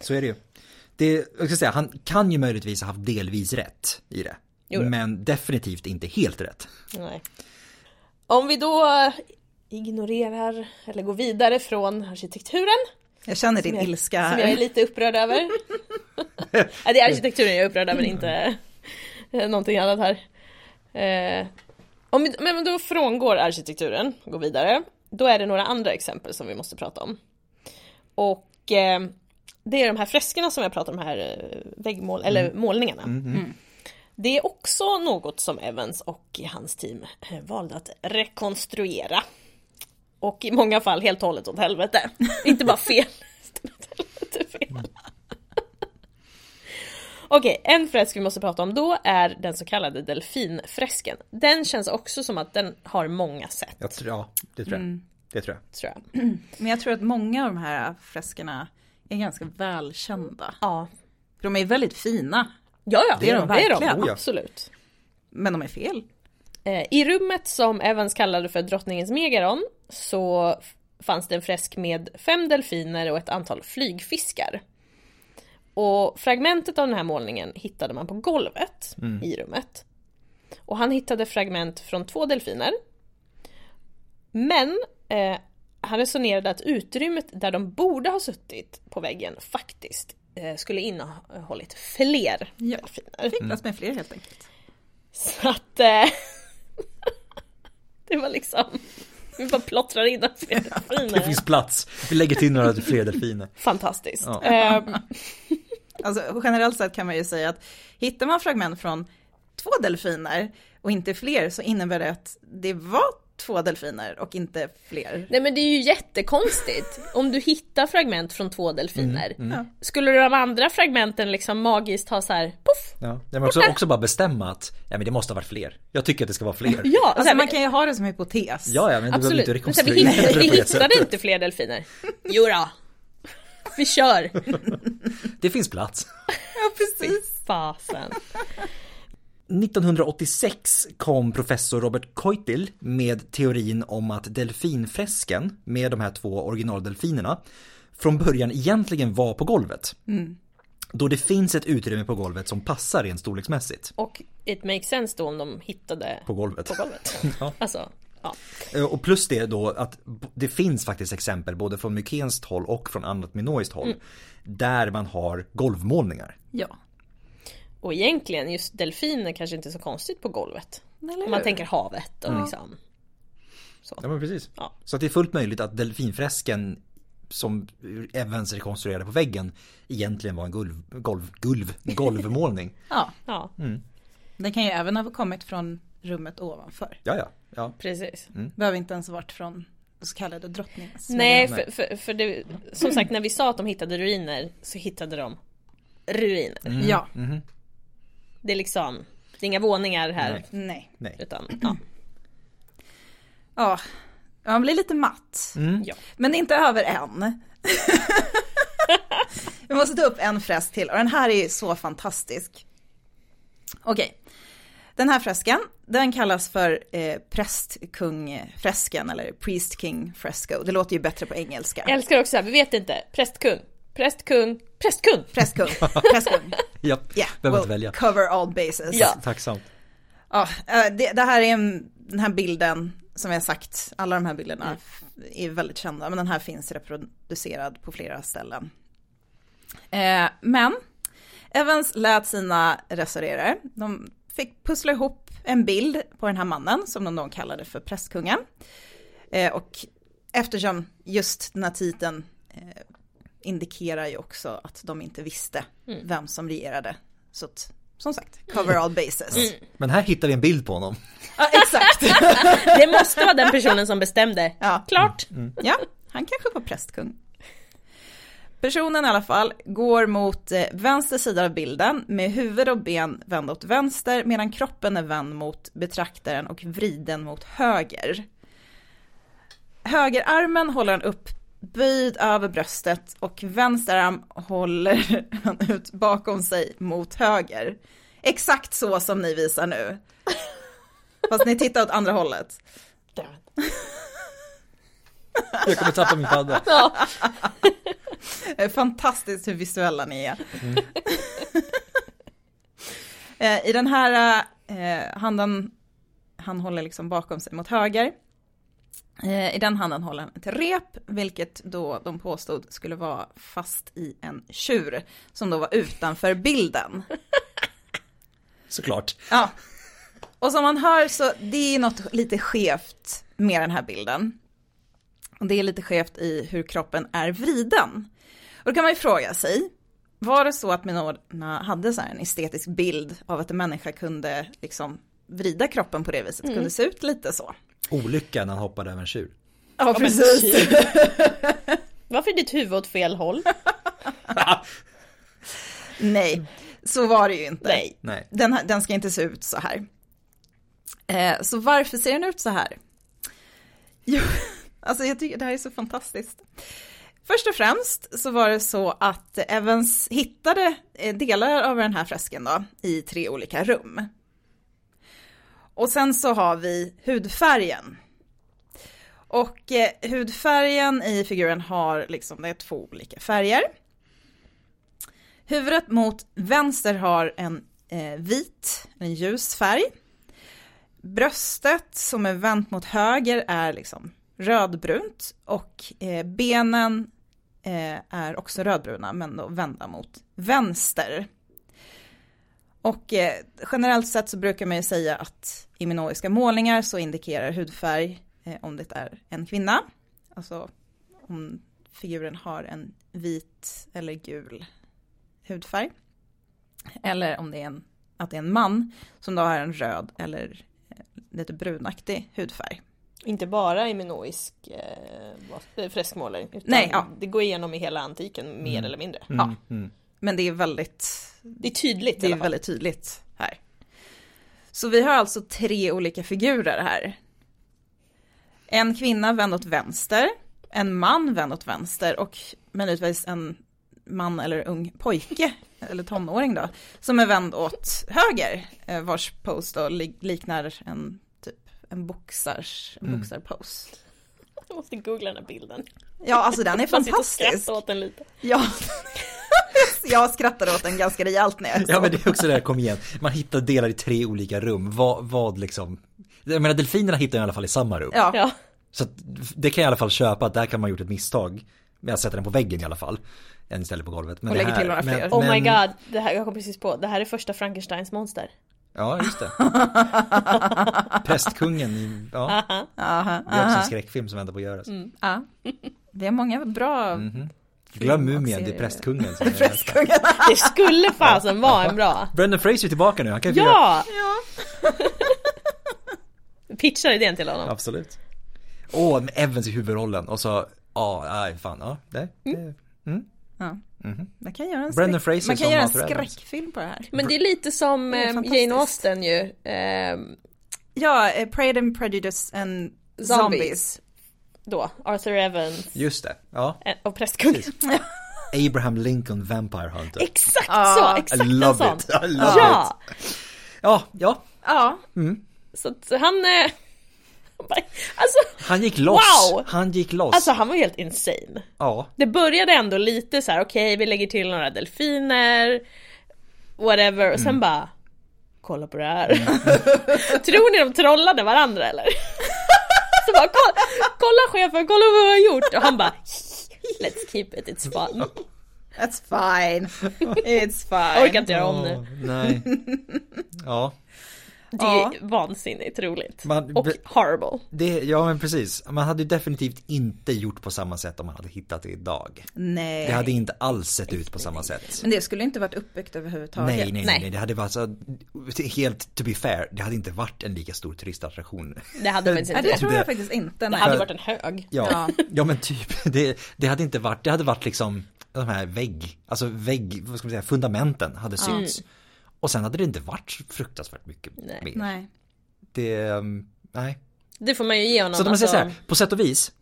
[SPEAKER 1] Så är det ju. Det, jag ska säga, han kan ju möjligtvis ha haft delvis rätt i det.
[SPEAKER 2] Jo då.
[SPEAKER 1] Men definitivt inte helt rätt.
[SPEAKER 2] Nej. Om vi då ignorerar eller går vidare från arkitekturen
[SPEAKER 4] Jag känner din ilska
[SPEAKER 2] Som jag är
[SPEAKER 4] här.
[SPEAKER 2] lite upprörd över. Nej, det är arkitekturen jag är upprörd över, inte någonting annat här. Eh, om vi, men då frångår arkitekturen och går vidare. Då är det några andra exempel som vi måste prata om. Och eh, det är de här freskerna som jag pratar om här, eh, väggmål, eller
[SPEAKER 1] Mm.
[SPEAKER 2] målningarna.
[SPEAKER 1] Mm-hmm.
[SPEAKER 2] Det är också något som Evans och hans team eh, valde att rekonstruera. Och i många fall helt och hållet åt helvete. Inte bara fel. utan åt helvete fel. Okej, en fresk vi måste prata om då är den så kallade delfinfresken. Den känns också som att den har många sätt,
[SPEAKER 1] Jag tror, ja, det tror jag.
[SPEAKER 2] Mm.
[SPEAKER 1] Det tror jag.
[SPEAKER 2] tror jag.
[SPEAKER 4] Men jag tror att många av de här freskerna är ganska välkända.
[SPEAKER 2] Ja,
[SPEAKER 4] För de är väldigt fina,
[SPEAKER 2] ja, ja det är
[SPEAKER 4] är
[SPEAKER 2] de,
[SPEAKER 4] de
[SPEAKER 2] det är
[SPEAKER 4] verkligen.
[SPEAKER 2] de
[SPEAKER 1] Oh, ja.
[SPEAKER 2] absolut.
[SPEAKER 4] men de är fel.
[SPEAKER 2] Eh, I rummet som Evans kallade för drottningens megaron så f- fanns det en fresk med fem delfiner och ett antal flygfiskar. Och fragmentet av den här målningen hittade man på golvet i rummet. Och han hittade fragment från två delfiner. Men eh, han resonerade att utrymmet där de borde ha suttit på väggen faktiskt eh, skulle innehållit fler
[SPEAKER 4] Ja.
[SPEAKER 2] delfiner.
[SPEAKER 4] Fick
[SPEAKER 1] Mm.
[SPEAKER 4] plats med fler helt enkelt.
[SPEAKER 2] Så att... Eh, det var liksom... Vi bara plottrar in fler delfiner.
[SPEAKER 1] Det finns plats. Vi lägger till några till fler delfiner.
[SPEAKER 2] Fantastiskt.
[SPEAKER 1] Ja.
[SPEAKER 2] Eh,
[SPEAKER 4] Alltså, generellt sett kan man ju säga att hittar man fragment från två delfiner och inte fler så innebär det att det var två delfiner och inte fler.
[SPEAKER 2] nej men det är ju jättekonstigt om du hittar fragment från två delfiner.
[SPEAKER 1] Mm,
[SPEAKER 2] Skulle de andra fragmenten liksom magiskt ha så här poff?
[SPEAKER 1] Ja. Jag måste också bara bestämma att ja, men det måste ha varit fler. Jag tycker att det ska vara fler.
[SPEAKER 2] Ja, så
[SPEAKER 4] Alltså
[SPEAKER 2] här,
[SPEAKER 4] man kan ju ha det som hypotes.
[SPEAKER 1] Ja, ja, men du behöver
[SPEAKER 2] absolut.
[SPEAKER 1] inte
[SPEAKER 2] Men så här, vi
[SPEAKER 1] rekonstruera
[SPEAKER 2] hittade,
[SPEAKER 1] det
[SPEAKER 2] vi
[SPEAKER 1] på det sättet.
[SPEAKER 2] hittade inte fler delfiner. Jo då. Vi kör.
[SPEAKER 1] Det finns plats.
[SPEAKER 4] Ja, precis.
[SPEAKER 2] Fasen.
[SPEAKER 1] 1986 kom professor Robert Koitil med teorin om att delfinfresken med de här två originaldelfinerna från början egentligen var på golvet.
[SPEAKER 2] Mm.
[SPEAKER 1] Då det finns ett utrymme på golvet som passar rent storleksmässigt
[SPEAKER 2] Och it makes sense då om de hittade
[SPEAKER 1] på golvet.
[SPEAKER 2] på golvet.
[SPEAKER 1] Ja.
[SPEAKER 2] Alltså, ja.
[SPEAKER 1] Eh, Och plus det då att b- det finns faktiskt exempel både från mykenskt håll och från annat minoiskt håll där man har golvmålningar.
[SPEAKER 4] Ja.
[SPEAKER 2] Och egentligen, just delfiner kanske inte är så konstigt på golvet.
[SPEAKER 4] Eller
[SPEAKER 2] Om man
[SPEAKER 4] hur?
[SPEAKER 2] tänker havet och liksom.
[SPEAKER 1] Ja men precis.
[SPEAKER 2] Ja.
[SPEAKER 1] Så att det är fullt möjligt att delfinfresken som Evans rekonstruerade på väggen egentligen var en golv, golv, golv, golvmålning.
[SPEAKER 4] ja.
[SPEAKER 2] Ja,
[SPEAKER 4] Den kan ju även ha kommit från rummet ovanför.
[SPEAKER 1] Ja, ja. ja.
[SPEAKER 2] precis.
[SPEAKER 1] Mm.
[SPEAKER 4] Behöver inte ens ha varit från det så kallade drottningens.
[SPEAKER 2] Nej, för, för, för det, som sagt när vi sa att de hittade ruiner så hittade de ruiner.
[SPEAKER 1] Mm.
[SPEAKER 4] Ja,
[SPEAKER 2] Det är liksom, det är inga våningar här.
[SPEAKER 1] Nej.
[SPEAKER 4] nej.
[SPEAKER 1] Nej.
[SPEAKER 2] Utan, ja.
[SPEAKER 4] Ja, man blir lite matt.
[SPEAKER 1] Mm.
[SPEAKER 2] ja.
[SPEAKER 4] Men det är inte över än. Vi måste ta upp en fräs till och den här är ju så fantastisk. Okej, den här fresken, den kallas för eh, prästkungfresken eller priest king fresco. Det låter ju bättre på engelska.
[SPEAKER 2] Jag älskar också så här, vi vet inte. Prästkung, prästkung, prästkung.
[SPEAKER 4] Prästkung, prästkung.
[SPEAKER 1] Ja,
[SPEAKER 4] Yeah,
[SPEAKER 1] behöver
[SPEAKER 4] we'll
[SPEAKER 1] inte välja.
[SPEAKER 4] cover all bases.
[SPEAKER 2] Ja.
[SPEAKER 1] Tacksamt.
[SPEAKER 4] Ja, eh, det, det här är en, den här bilden som jag sagt, alla de här bilderna är väldigt kända, men den här finns reproducerad på flera ställen. Eh, men Evans lät sina restaurerare, de fick pussla ihop en bild på den här mannen som de då kallade för prästkungen. Eh, och eftersom just den här titeln eh, indikerar ju också att de inte visste vem som regerade. Så att, som sagt, cover all bases.
[SPEAKER 1] Men här hittar vi en bild på honom.
[SPEAKER 4] Ja, exakt.
[SPEAKER 2] Det måste vara den personen som bestämde.
[SPEAKER 4] Ja.
[SPEAKER 2] Klart.
[SPEAKER 4] ja, han kanske var prästkung. Personen i alla fall går mot eh, vänster sida av bilden med huvud och ben vända åt vänster medan kroppen är vänd mot betraktaren och vriden mot höger. Högerarmen håller han upp böjd över bröstet och vänster arm håller han ut bakom sig mot höger. Exakt så som ni visar nu. Fast ni tittar åt andra hållet.
[SPEAKER 1] Jag kommer tappa min padda.
[SPEAKER 2] Ja.
[SPEAKER 4] Det är Eh, Fantastiskt hur visuella ni är. Eh, I den här eh, handen, han håller liksom bakom sig mot höger. Eh, I den handen håller han ett rep, vilket då de påstod skulle vara fast i en tjur, som då var utanför bilden.
[SPEAKER 1] Såklart.
[SPEAKER 4] Ja. Och som man hör så det är något lite skevt med den här bilden. Och det är lite skevt i hur kroppen är vriden. Och då kan man ju fråga sig, var det så att minorerna hade så här en estetisk bild av att en människa kunde liksom vrida kroppen på det viset, kunde se ut lite så?
[SPEAKER 1] Olyckan när han hoppade över en tjur.
[SPEAKER 4] Ja, typ. precis.
[SPEAKER 2] Varför är ditt huvud åt fel håll?
[SPEAKER 4] Nej, så var det ju inte.
[SPEAKER 2] Nej.
[SPEAKER 1] Nej.
[SPEAKER 4] Den, här- den ska inte se ut så här. Eh, så varför ser den ut så här? Jo, alltså jag tycker det här är så fantastiskt. Först och främst så var det så att Evans hittade eh, delar av den här fresken då i tre olika rum. Och sen så har vi hudfärgen. Och eh, hudfärgen i figuren har liksom, det är två olika färger. Huvudet mot vänster har en eh, vit, en ljus färg. Bröstet som är vänt mot höger är liksom rödbrunt och eh, benen eh, är också rödbruna men då vända mot vänster. Och eh, generellt sett så brukar man ju säga att i minoiska målningar så indikerar hudfärg eh, om det är en kvinna. Alltså om figuren har en vit eller gul hudfärg. Eller om det är en, att det är en man som då har en röd eller eh, lite brunaktig hudfärg.
[SPEAKER 2] Inte bara i minoisk eh, bas- eh, freskmålning. Utan
[SPEAKER 4] Nej, ja.
[SPEAKER 2] Det går igenom i hela antiken mer eller mindre.
[SPEAKER 4] Ja.
[SPEAKER 1] Mm.
[SPEAKER 4] Men det är väldigt
[SPEAKER 2] Det är tydligt
[SPEAKER 4] Det
[SPEAKER 2] i
[SPEAKER 4] är
[SPEAKER 2] alla fall.
[SPEAKER 4] väldigt tydligt här. Så vi har alltså tre olika figurer här. En kvinna vänd åt vänster, en man vänd åt vänster och möjligtvis en man eller ung pojke, eller tonåring då, som är vänd åt höger, eh, vars pose då li- liknar en typ en boxars, en
[SPEAKER 1] Mm.
[SPEAKER 4] boxarpose.
[SPEAKER 2] Jag måste googla den här bilden.
[SPEAKER 4] Ja, alltså den är
[SPEAKER 2] Man sitter och
[SPEAKER 4] fantastisk.
[SPEAKER 2] skrattar åt den lite.
[SPEAKER 4] Ja. jag skrattade åt den ganska rejält när jag
[SPEAKER 1] Ja
[SPEAKER 4] såg
[SPEAKER 1] men det är också det här, kom igen. Man hittar delar i tre olika rum. Vad, vad liksom. Jag menar delfinerna hittar jag i alla fall i samma rum.
[SPEAKER 4] Ja.
[SPEAKER 2] Ja.
[SPEAKER 1] Så att, det kan jag i alla fall köpa att där kan man ha gjort ett misstag. Men jag sätter den på väggen i alla fall. Än istället på golvet. Men
[SPEAKER 4] Och
[SPEAKER 1] det
[SPEAKER 4] lägger till några
[SPEAKER 1] men-
[SPEAKER 4] fler.
[SPEAKER 2] Oh my
[SPEAKER 1] men-
[SPEAKER 2] god, det här, jag kom precis på. Det här är första Frankensteins monster.
[SPEAKER 1] Ja just det. Prästkungen i, ja.
[SPEAKER 4] Aha,
[SPEAKER 1] Det är också en
[SPEAKER 4] aha.
[SPEAKER 1] skräckfilm som väntar på att göras.
[SPEAKER 4] Ja. Det är många bra
[SPEAKER 1] Mhm. Glöm mumien, det är
[SPEAKER 4] serier.
[SPEAKER 1] prästkungen. Som är
[SPEAKER 4] Prästkungarna.
[SPEAKER 2] Det skulle fasen vara en bra.
[SPEAKER 1] Brendan Fraser är tillbaka nu, han kan ju få göra-
[SPEAKER 2] Ja! Pitchar idén till honom.
[SPEAKER 1] Absolut. Åh, med Evans i huvudrollen och så, ja, nej fan, ja, det,
[SPEAKER 4] Mm.
[SPEAKER 1] det.
[SPEAKER 4] Ja. Man kan göra en,
[SPEAKER 1] Brendan
[SPEAKER 4] skräck...
[SPEAKER 1] Fraser
[SPEAKER 4] Man kan
[SPEAKER 1] som
[SPEAKER 4] göra en
[SPEAKER 1] Arthur Adams.
[SPEAKER 4] skräckfilm på det här.
[SPEAKER 2] Men det är lite som
[SPEAKER 4] Det är
[SPEAKER 2] eh,
[SPEAKER 4] fantastiskt.
[SPEAKER 2] Jane Austen ju. Ehm,
[SPEAKER 4] Ja, eh, Pride and Prejudice and Zombies.
[SPEAKER 2] Zombies. då, Arthur Evans
[SPEAKER 1] just det, ja.
[SPEAKER 2] eh, och prästkungen.
[SPEAKER 1] Precis. Abraham Lincoln Vampire Hunter.
[SPEAKER 2] Exakt
[SPEAKER 4] Ah,
[SPEAKER 2] så!
[SPEAKER 1] I
[SPEAKER 2] Exakt en
[SPEAKER 1] love
[SPEAKER 2] sån.
[SPEAKER 1] it, I love it.
[SPEAKER 2] Ja!
[SPEAKER 1] Ja, ja,
[SPEAKER 4] Ja,
[SPEAKER 2] Så att han... eh, han bara- Alltså,
[SPEAKER 1] han gick loss.
[SPEAKER 2] Wow!
[SPEAKER 1] Han gick loss.
[SPEAKER 2] alltså han var ju helt insane.
[SPEAKER 1] ja.
[SPEAKER 2] Det började ändå lite så här: okej vi lägger till några delfiner, whatever, och
[SPEAKER 1] Mm.
[SPEAKER 2] sen bara Kolla på det här. Tror ni de trollade varandra eller? Så bara kolla, kolla chefen, kolla vad jag har gjort! Och han bara Let's keep it, it's fun.
[SPEAKER 4] that's fine. It's
[SPEAKER 2] Jag
[SPEAKER 4] fine.
[SPEAKER 2] orkar inte göra om nu.
[SPEAKER 1] Åh, nej. Ja,
[SPEAKER 2] Det
[SPEAKER 4] Ja.
[SPEAKER 2] är vansinnigt roligt.
[SPEAKER 1] Man-
[SPEAKER 2] Och horrible.
[SPEAKER 1] det, ja men precis. Man hade ju definitivt inte gjort på samma sätt om man hade hittat det idag.
[SPEAKER 4] Nej.
[SPEAKER 1] Det hade inte alls sett ut på samma sätt.
[SPEAKER 4] Men det skulle inte varit uppbyggt överhuvudtaget.
[SPEAKER 1] Nej, nej, nej,
[SPEAKER 2] Nej.
[SPEAKER 1] nej. det hade varit så, helt to be fair, det hade inte varit en lika stor turistattraktion.
[SPEAKER 2] Det hade faktiskt
[SPEAKER 4] Ja,
[SPEAKER 2] inte
[SPEAKER 4] det
[SPEAKER 2] varit.
[SPEAKER 4] tror
[SPEAKER 1] Det-
[SPEAKER 4] jag faktiskt inte.
[SPEAKER 2] Det
[SPEAKER 4] Nej.
[SPEAKER 2] hade varit en hög.
[SPEAKER 1] Ja, ja.
[SPEAKER 4] Ja.
[SPEAKER 1] men typ, det, det hade inte varit, det hade varit liksom de här vägg, alltså vägg, vad ska man säga, fundamenten hade synts. Och sen hade det inte varit så fruktansvärt mycket mer.
[SPEAKER 4] Nej.
[SPEAKER 1] Det, um, nej.
[SPEAKER 2] Det får man ju ge honom.
[SPEAKER 1] Så att om man säger så
[SPEAKER 2] alltså.
[SPEAKER 1] här, på sätt och vis,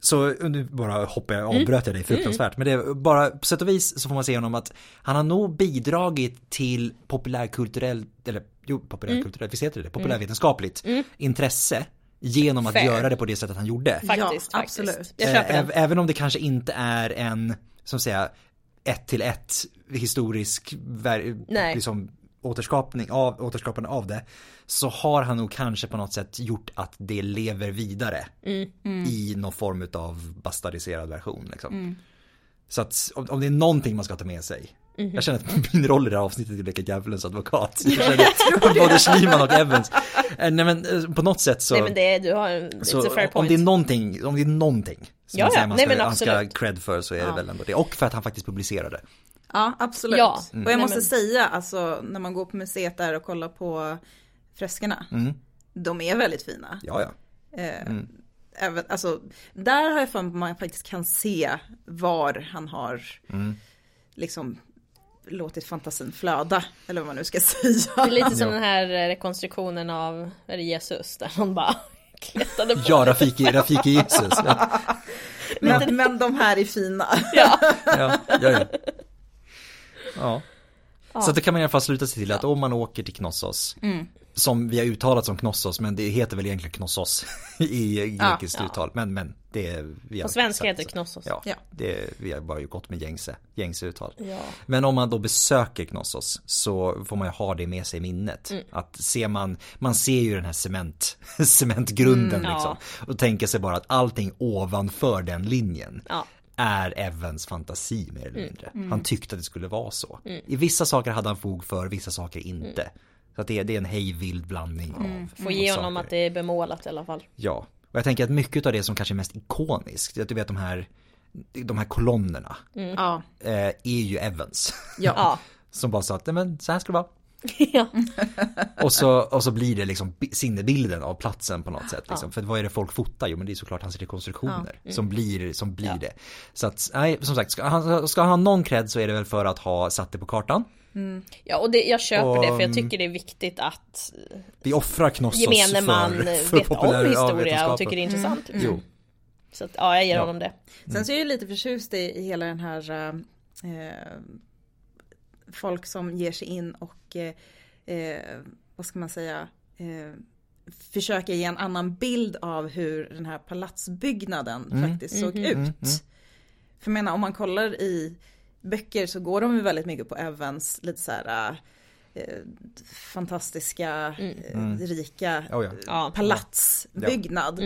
[SPEAKER 1] så nu bara hoppar
[SPEAKER 4] Mm.
[SPEAKER 1] jag, avbröt jag dig fruktansvärt, men det är bara på sätt och vis så får man se honom att han har nog bidragit till populärkulturell, eller jo populärkulturell,
[SPEAKER 4] Mm.
[SPEAKER 1] visst heter det det populärvetenskapligt intresse genom att
[SPEAKER 2] Fair.
[SPEAKER 1] göra det på det sättet han gjorde.
[SPEAKER 2] Faktiskt,
[SPEAKER 4] Ja,
[SPEAKER 2] faktiskt.
[SPEAKER 4] absolut.
[SPEAKER 2] Jag
[SPEAKER 1] Eh,
[SPEAKER 2] köper den.
[SPEAKER 1] äv- Även om det kanske inte är en, som att säga, ett till ett historisk ver-
[SPEAKER 2] Nej.
[SPEAKER 1] liksom, återskapning av, återskapande av det. Så har han nog kanske på något sätt gjort att det lever vidare
[SPEAKER 2] Mm.
[SPEAKER 1] i någon form av bastardiserad version. Liksom. Så att om, om det är någonting man ska ta med sig.
[SPEAKER 2] Mhm.
[SPEAKER 1] Jag känner att min roll i det här avsnittet är att leka djävulens advokat. Jag känner både Schliemann och Evans. Eh, Nej men eh, på något sätt så.
[SPEAKER 2] Nej men det är, du har en, it's a
[SPEAKER 1] Så
[SPEAKER 2] fair
[SPEAKER 1] Alltså, om
[SPEAKER 2] point.
[SPEAKER 1] det är någonting, om det är någonting som
[SPEAKER 2] Ja,
[SPEAKER 1] man, säger
[SPEAKER 2] ja.
[SPEAKER 1] man
[SPEAKER 2] Nej,
[SPEAKER 1] ska,
[SPEAKER 2] men
[SPEAKER 1] han ska
[SPEAKER 2] absolut.
[SPEAKER 1] cred för så är det väl ändå det. Och för att han faktiskt publicerade.
[SPEAKER 4] Ja, absolut.
[SPEAKER 2] Ja.
[SPEAKER 4] Och jag
[SPEAKER 1] Mm.
[SPEAKER 2] Nej,
[SPEAKER 4] måste
[SPEAKER 2] men-
[SPEAKER 4] säga, alltså när man går på museet där och kollar på freskerna.
[SPEAKER 1] Mm.
[SPEAKER 4] De är väldigt fina.
[SPEAKER 1] Ja, ja.
[SPEAKER 4] Eh, även, alltså, där har jag för mig att man faktiskt kan se var han har liksom låtit fantasin flöda. Eller vad man nu ska säga.
[SPEAKER 2] Det är lite som den här eh, rekonstruktionen av är det Jesus där hon bara kletade på.
[SPEAKER 1] Ja, Rafiki, Rafiki Jesus. Ja,
[SPEAKER 4] Men, men de här är fina.
[SPEAKER 1] ja, ja. ja. ja. Så att det kan man i alla fall sluta sig till att om man åker till Knossos,
[SPEAKER 2] Mm.
[SPEAKER 1] som vi har uttalat som Knossos, men det heter väl egentligen Knossos i grekiskt
[SPEAKER 2] Ja.
[SPEAKER 1] uttal. Men, men det är... vi har
[SPEAKER 2] På svenska
[SPEAKER 1] sagt
[SPEAKER 2] heter
[SPEAKER 1] så.
[SPEAKER 2] det Knossos.
[SPEAKER 1] Ja,
[SPEAKER 4] Ja.
[SPEAKER 1] Det, vi har bara gått med gängse, gängse uttal.
[SPEAKER 2] Ja.
[SPEAKER 1] Men om man då besöker Knossos så får man ju ha det med sig i minnet.
[SPEAKER 2] Mm.
[SPEAKER 1] Att ser man, man ser ju den här cement, cementgrunden
[SPEAKER 2] Mm, ja.
[SPEAKER 1] liksom. Och tänker sig bara att allting ovanför den linjen
[SPEAKER 2] Ja. Mm.
[SPEAKER 1] är Evans fantasi mer eller mindre. Han tyckte att det skulle vara så. I vissa saker hade han fog för, vissa saker inte. Så att det, är, det är en hejvild blandning av
[SPEAKER 2] Mm. Får ge
[SPEAKER 1] av
[SPEAKER 2] honom
[SPEAKER 1] Mm, saker.
[SPEAKER 2] att det är bemålat i alla fall.
[SPEAKER 1] Ja, och jag tänker att mycket av det som kanske är mest ikoniskt, att du vet de här, de här kolonnerna,
[SPEAKER 4] Ja.
[SPEAKER 1] eh, är ju Evans.
[SPEAKER 2] Mm. Ja.
[SPEAKER 1] Som bara sa att "Nej, men så här ska det vara.
[SPEAKER 2] ja.
[SPEAKER 1] Och så, och så blir det liksom bi- sinnebilden av platsen på något sätt. Liksom. För vad är det folk fotar? Jo men det är såklart hans rekonstruktioner som blir, som blir det. Så att, nej som sagt, ska han, ska han ha någon cred så är det väl för att ha satt det på kartan.
[SPEAKER 2] Ja och det, jag köper det för jag
[SPEAKER 1] Och,
[SPEAKER 2] tycker det är viktigt att
[SPEAKER 1] Vi offrar Knossos
[SPEAKER 2] gemene
[SPEAKER 1] för,
[SPEAKER 2] man
[SPEAKER 1] för
[SPEAKER 2] vet om
[SPEAKER 1] populär-
[SPEAKER 2] historia
[SPEAKER 1] ja,
[SPEAKER 2] och tycker det är intressant.
[SPEAKER 1] vetenskapen. Mm. Jo,
[SPEAKER 2] Så att, ja, jag ger
[SPEAKER 1] Ja.
[SPEAKER 2] honom det.
[SPEAKER 4] Sen så är jag lite förtjust i, i hela den här eh, folk som ger sig in och eh, eh, vad ska man säga eh, försöka ge en annan bild av hur den här palatsbyggnaden
[SPEAKER 1] Mm.
[SPEAKER 4] faktiskt såg ut.
[SPEAKER 1] Mm-hmm.
[SPEAKER 4] För jag menar om man kollar i böcker så går de ju väldigt mycket på Evans lite så här eh, fantastiska, eh, rika
[SPEAKER 1] Oh, ja. Mm-hmm.
[SPEAKER 2] Ja.
[SPEAKER 4] palatsbyggnad.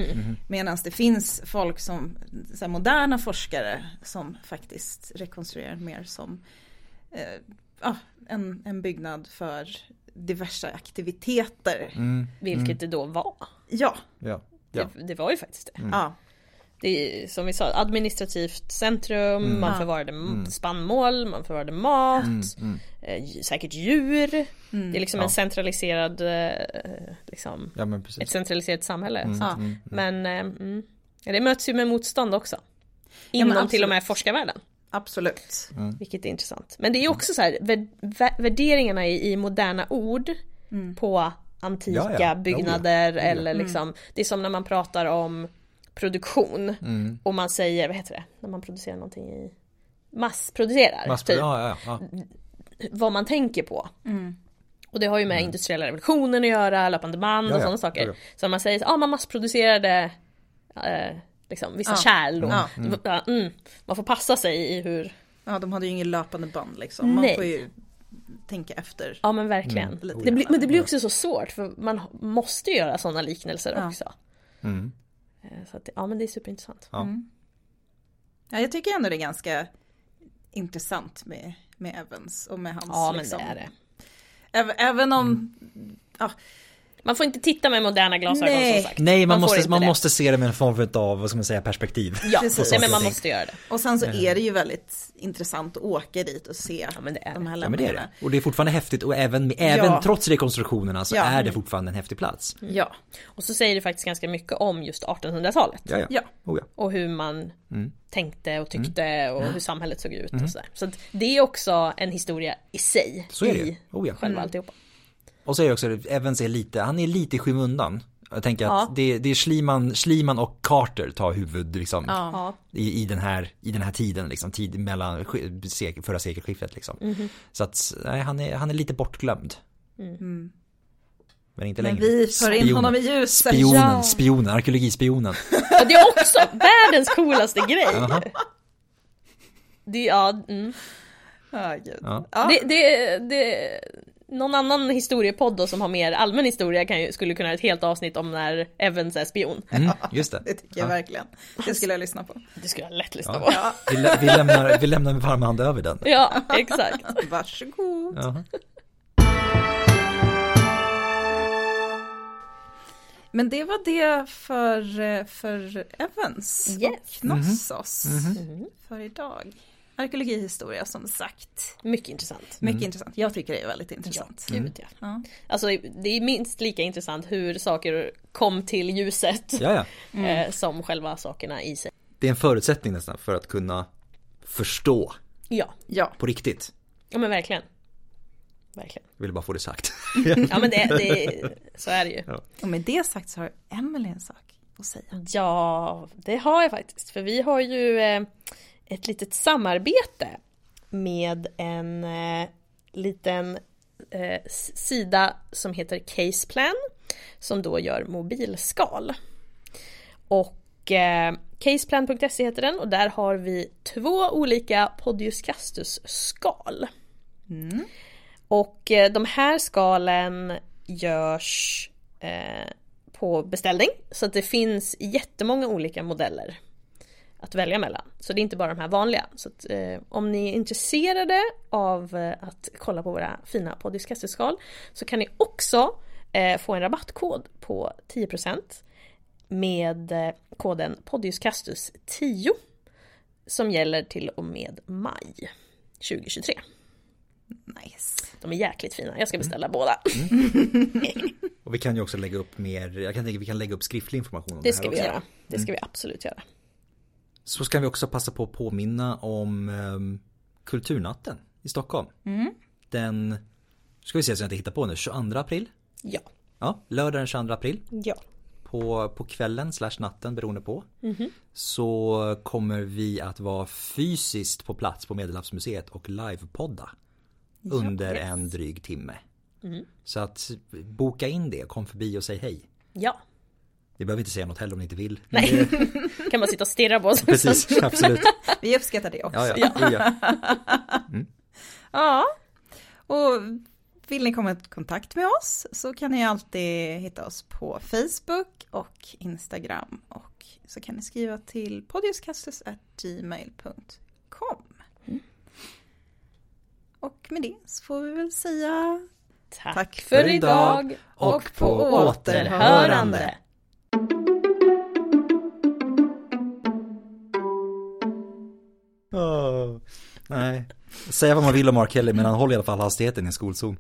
[SPEAKER 4] Medan det finns folk som, så här, moderna forskare som faktiskt rekonstruerar mer som eh, ja, en, en byggnad för diverse aktiviteter.
[SPEAKER 1] Mm.
[SPEAKER 2] Vilket det då var.
[SPEAKER 4] Ja,
[SPEAKER 1] ja, ja.
[SPEAKER 2] Det, det var ju faktiskt det.
[SPEAKER 1] Mm.
[SPEAKER 4] ja,
[SPEAKER 2] Det är som vi sa, administrativt centrum, man förvarade m- spannmål, man förvarade mat, eh, dj- säkert djur.
[SPEAKER 4] Mm.
[SPEAKER 2] Det är liksom en centraliserad, eh, liksom,
[SPEAKER 1] ja men
[SPEAKER 2] ett
[SPEAKER 1] precis.
[SPEAKER 2] centraliserat samhälle. Så.
[SPEAKER 4] ja.
[SPEAKER 2] Men eh, mm. Ja, det möts ju med motstånd också.
[SPEAKER 4] men
[SPEAKER 2] Inom till och
[SPEAKER 4] absolut.
[SPEAKER 2] med forskarvärlden.
[SPEAKER 4] absolut.
[SPEAKER 1] Mm.
[SPEAKER 2] Vilket är intressant. Men det är också så här, vär- vä- värderingarna i, i moderna ord på antika
[SPEAKER 1] Ja, ja.
[SPEAKER 2] byggnader eller liksom, det är som när man pratar om produktion
[SPEAKER 1] Mm.
[SPEAKER 2] och man säger, vad heter det, när man producerar någonting i massproducerar,
[SPEAKER 1] Mass-
[SPEAKER 2] typ,
[SPEAKER 1] ja, ja, ja.
[SPEAKER 2] vad man tänker på. Och det har ju med industriella revolutionen att göra, löpande man
[SPEAKER 1] Mm. Ja,
[SPEAKER 2] och
[SPEAKER 1] ja.
[SPEAKER 2] sådana saker.
[SPEAKER 1] Ja, ja.
[SPEAKER 2] Så när man säger, ja ah, man massproducerade eh, liksom, vissa kärl då.
[SPEAKER 4] Ja.
[SPEAKER 2] Det var- ja, Mm. Man får passa sig i hur
[SPEAKER 4] Ja, de hade ju ingen löpande band liksom. Man
[SPEAKER 2] Nej.
[SPEAKER 4] får ju tänka efter.
[SPEAKER 2] Ja men
[SPEAKER 1] Mm.
[SPEAKER 2] verkligen.
[SPEAKER 4] Lite
[SPEAKER 2] Det
[SPEAKER 4] grann.
[SPEAKER 2] blir, men det blir också så svårt för man måste ju göra sådana liknelser
[SPEAKER 4] Ja.
[SPEAKER 2] också.
[SPEAKER 1] Mm.
[SPEAKER 2] Eh, Så att, det- ja men det är superintressant.
[SPEAKER 1] Ja.
[SPEAKER 4] Ja, jag tycker ändå det är ganska intressant med, med Evans och med hans
[SPEAKER 2] Ja men
[SPEAKER 4] liksom,
[SPEAKER 2] det är det.
[SPEAKER 4] Även, även om
[SPEAKER 1] Mm.
[SPEAKER 2] Man får inte titta med moderna glasögon
[SPEAKER 4] Nej.
[SPEAKER 2] som sagt.
[SPEAKER 1] Nej, man,
[SPEAKER 2] får
[SPEAKER 1] måste,
[SPEAKER 2] inte
[SPEAKER 1] man
[SPEAKER 2] det.
[SPEAKER 1] måste se det med en form av, vad ska man säga, perspektiv.
[SPEAKER 2] Ja,
[SPEAKER 4] Precis.
[SPEAKER 2] nej, men man
[SPEAKER 1] Saker.
[SPEAKER 2] måste göra det.
[SPEAKER 4] Och sen
[SPEAKER 1] Mm.
[SPEAKER 4] så är det ju väldigt intressant att åka dit och se
[SPEAKER 2] men det är
[SPEAKER 4] de här
[SPEAKER 1] Ja men det är
[SPEAKER 4] lämningarna.
[SPEAKER 1] det. Och det är fortfarande häftigt och även, även
[SPEAKER 4] Ja.
[SPEAKER 1] trots rekonstruktionerna så
[SPEAKER 4] Ja.
[SPEAKER 1] är det fortfarande en häftig plats.
[SPEAKER 4] Ja,
[SPEAKER 2] Och så säger det faktiskt ganska mycket om just 1800-talet.
[SPEAKER 1] Ja, Mm. ja.
[SPEAKER 4] Ja.
[SPEAKER 1] Oh, ja.
[SPEAKER 2] Och hur man tänkte och tyckte och hur samhället såg ut och sådär. Så att det är också en historia i sig.
[SPEAKER 1] Mm. Så är det ju.
[SPEAKER 2] I Mm.
[SPEAKER 1] Oh, ja.
[SPEAKER 2] själva alltihopa.
[SPEAKER 1] Och så är det också, Evans är lite, han är lite i skymundan. Jag tänker
[SPEAKER 2] Ja.
[SPEAKER 1] att det, det är Schliemann, Schliemann och Carter tar huvud liksom,
[SPEAKER 2] Ja.
[SPEAKER 1] i, i, den här, i den här tiden, liksom, tid mellan sk- sek- förra sekelskiftet. Liksom.
[SPEAKER 4] Mhm.
[SPEAKER 1] Så att nej, han, är, han är lite bortglömd. Men inte
[SPEAKER 4] Mm. men
[SPEAKER 1] längre.
[SPEAKER 4] vi för in
[SPEAKER 1] Spion.
[SPEAKER 4] honom i ljuset.
[SPEAKER 1] Spionen,
[SPEAKER 4] Ja.
[SPEAKER 1] spionen, arkeologispionen.
[SPEAKER 2] Ja, det är också världens coolaste grej. Det, ja, mm.
[SPEAKER 4] Ja, gud.
[SPEAKER 1] Ja.
[SPEAKER 4] Ja.
[SPEAKER 2] det, det, det, någon annan historiepodd då som har mer allmän historia kan ju, skulle kunna ha ett helt avsnitt om när Evans är spion.
[SPEAKER 1] Mm, just det.
[SPEAKER 4] Det tycker jag verkligen. Det skulle jag lyssna på.
[SPEAKER 2] Det skulle jag lätt lyssna på.
[SPEAKER 4] Ja,
[SPEAKER 1] Vi, lä- vi, lämnar, vi lämnar med varma hand över den.
[SPEAKER 2] Ja, exakt.
[SPEAKER 4] varsågod.
[SPEAKER 1] Jaha.
[SPEAKER 4] Men det var det för, eh, för Evans
[SPEAKER 2] Yes.
[SPEAKER 4] och Knossos
[SPEAKER 1] Mhm.
[SPEAKER 4] för idag. Arkeologihistoria som sagt.
[SPEAKER 2] Mycket intressant.
[SPEAKER 4] Mycket
[SPEAKER 1] Mm.
[SPEAKER 4] intressant. Jag tycker det är väldigt intressant.
[SPEAKER 2] Gud, ja.
[SPEAKER 4] Ja.
[SPEAKER 2] Alltså det är minst lika intressant hur saker kom till ljuset
[SPEAKER 1] Ja, ja.
[SPEAKER 2] eh, som själva sakerna i sig.
[SPEAKER 1] Det är en förutsättning nästan för att kunna förstå
[SPEAKER 2] Ja,
[SPEAKER 4] Ja,
[SPEAKER 1] på riktigt.
[SPEAKER 2] ja men verkligen. Verkligen.
[SPEAKER 1] Jag ville bara få det sagt.
[SPEAKER 2] Ja men det, det, så är det ju.
[SPEAKER 4] och med det sagt så har Emelie en sak att säga.
[SPEAKER 2] Ja, det har jag faktiskt. För vi har ju eh, ett litet samarbete med en eh, liten eh, s- sida som heter Caseplan som då gör mobilskal. Och eh, caseplan.se heter den och där har vi två olika Podius Castus-skal. Och eh, de här skalen görs eh, på beställning så att det finns jättemånga olika modeller. att välja mellan. Så det är inte bara de här vanliga. Så att, eh, om ni är intresserade av eh, att kolla på våra fina poddiskasserskal så kan ni också eh, få en rabattkod på 10% med eh, koden poddiuscastus10 som gäller till och med maj 2023.
[SPEAKER 4] Nice.
[SPEAKER 2] De är jäkligt fina, jag ska beställa båda.
[SPEAKER 1] Och vi kan ju också lägga upp mer, jag kan tänka vi kan lägga upp skriftlig information om det,
[SPEAKER 2] Det
[SPEAKER 1] här
[SPEAKER 2] ska vi
[SPEAKER 1] också.
[SPEAKER 2] göra. Det ska vi absolut göra.
[SPEAKER 1] Så ska vi också passa på att påminna om ehm, Kulturnatten i Stockholm. Den, ska vi se så jag inte hittar på nu, 22 april.
[SPEAKER 2] Ja.
[SPEAKER 1] Ja, lördag den 22 april.
[SPEAKER 2] Ja.
[SPEAKER 1] På, på kvällen slash natten beroende på. Så kommer vi att vara fysiskt på plats på Medelhavsmuseet och livepodda. Under en dryg timme. Så att boka in det, kom förbi och säg hej.
[SPEAKER 2] Ja.
[SPEAKER 1] Vi behöver inte säga något heller om ni inte vill.
[SPEAKER 2] Nej. kan man sitta och stirra på oss.
[SPEAKER 1] Precis, absolut.
[SPEAKER 4] Vi uppskattar det också.
[SPEAKER 1] Ja, ja. Ja. Ja.
[SPEAKER 4] Ja, och vill ni komma i kontakt med oss så kan ni alltid hitta oss på Facebook och Instagram och så kan ni skriva till podiuskastus.gmail.com. Och med det så får vi väl säga
[SPEAKER 2] Tack,
[SPEAKER 4] Tack
[SPEAKER 2] för idag
[SPEAKER 1] och på återhörande. Åh, nej. Säga vad man vill om Mark Kelly men han håller i alla fall hastigheten i en skolzon.